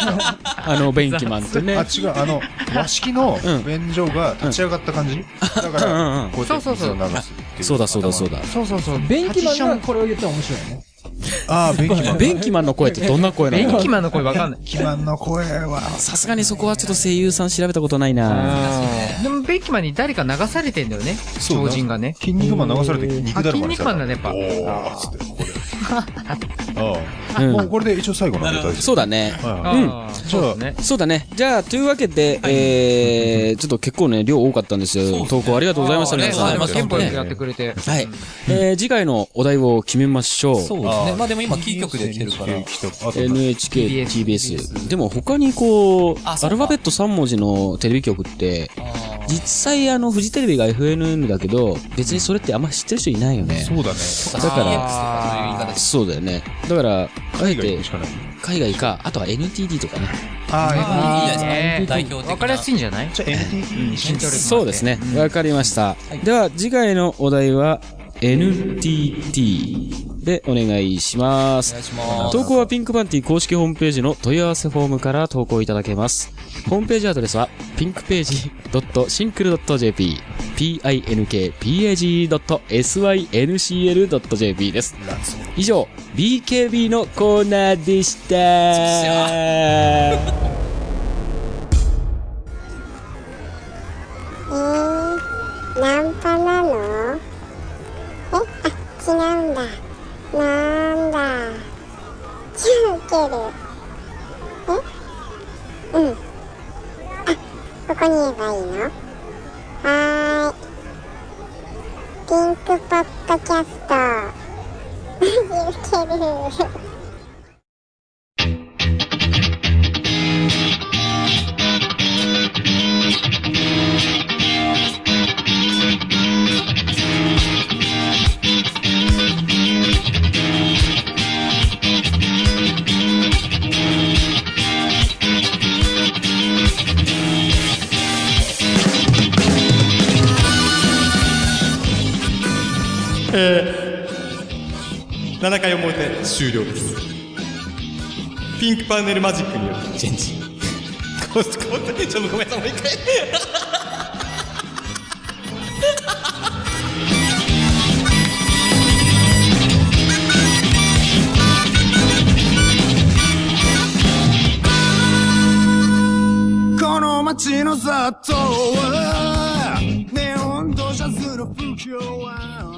F: あの、ベンキマンって
E: あ、
F: ね。
E: 違う、あの、和式の
F: うん
E: 便所が立ち上がった感じだか
F: うんうんうん
E: ら、こうやって
G: そうそうそう
E: 水を流すってい
F: そうだそうだそうだ。
G: そうそうそう。
H: ベンキマン
G: タッチショ
H: がこれを言ったら面白いよね。
E: ああ、便器マン。
F: ベンキマンの声ってどんな声な
G: ベンキ
F: の
G: マンの声わかんない。
E: 器マンの声は、
F: さすがにそこはちょっと声優さん調べたことないな
G: でもベンキマンに誰か流されてんだよね。
E: う
G: 超人がね。
E: 筋肉マン流されて肉だるま
G: あ
E: に
G: 筋肉
E: さ
G: マンだね、やっぱ。
E: おーっつって、ここで。ああ。
F: うん
E: もうこれで一応最後なんで大丈夫。
F: そうだね。
E: はいはい
G: あーそうですね。
F: そうだね。じゃあ、というわけで、えー、ちょっと結構ね、量多かったんですよ。投稿ありがとうございました、
G: ね
F: 皆さん。
G: テンポよく
F: ね
G: やってくれて。
F: はい。えー、次回のお題を決めましょう。
J: うですねね。まあでも今、キー局で来てるから。
E: 来たあと
F: NHK、TBS。でも他にこう、
J: あ
F: ア
J: そうか
F: ルファベット3文字のテレビ局って、実際あの、フジテレビが FNN だけど、別にそれってあんま知ってる人いないよね。
E: そうだね。
J: だ
F: だから
J: から、CX とか
F: そうだよね。だから、あえ
E: 海外行
F: て
E: くし、かない。
F: 海外か、あとは NTD とかね。
E: あ
J: そういう言い方。いいじゃない
G: ね
J: ですか。代表的な。
G: わかりやすいんじゃない
E: あ、じゃあ NTT にし
F: そうですね。わかりました。では、次回のお題は、NTT でお願いします。
J: お願いします
F: 投稿はピンクパンティ公式ホームページの問い合わせフォームから投稿いただけます。ホームページアドレスは、pinkpage.syncl.jp、pinkpage.syncl.jp です。以上、BKB のコーナーでした。
B: えー、ナンパなのえあ、違うんだ。なんだ。じゃあ受ける。えうん。あ、ここに言えばいいのはーい。ピンクポッドキャスト。 <laughs> マジ受ける。
D: 7回表終了ですピンクパネルマジックによるチェンジここちょっとごめんなさいもう一回
C: この街の雑踏はネオンとシャツの不況は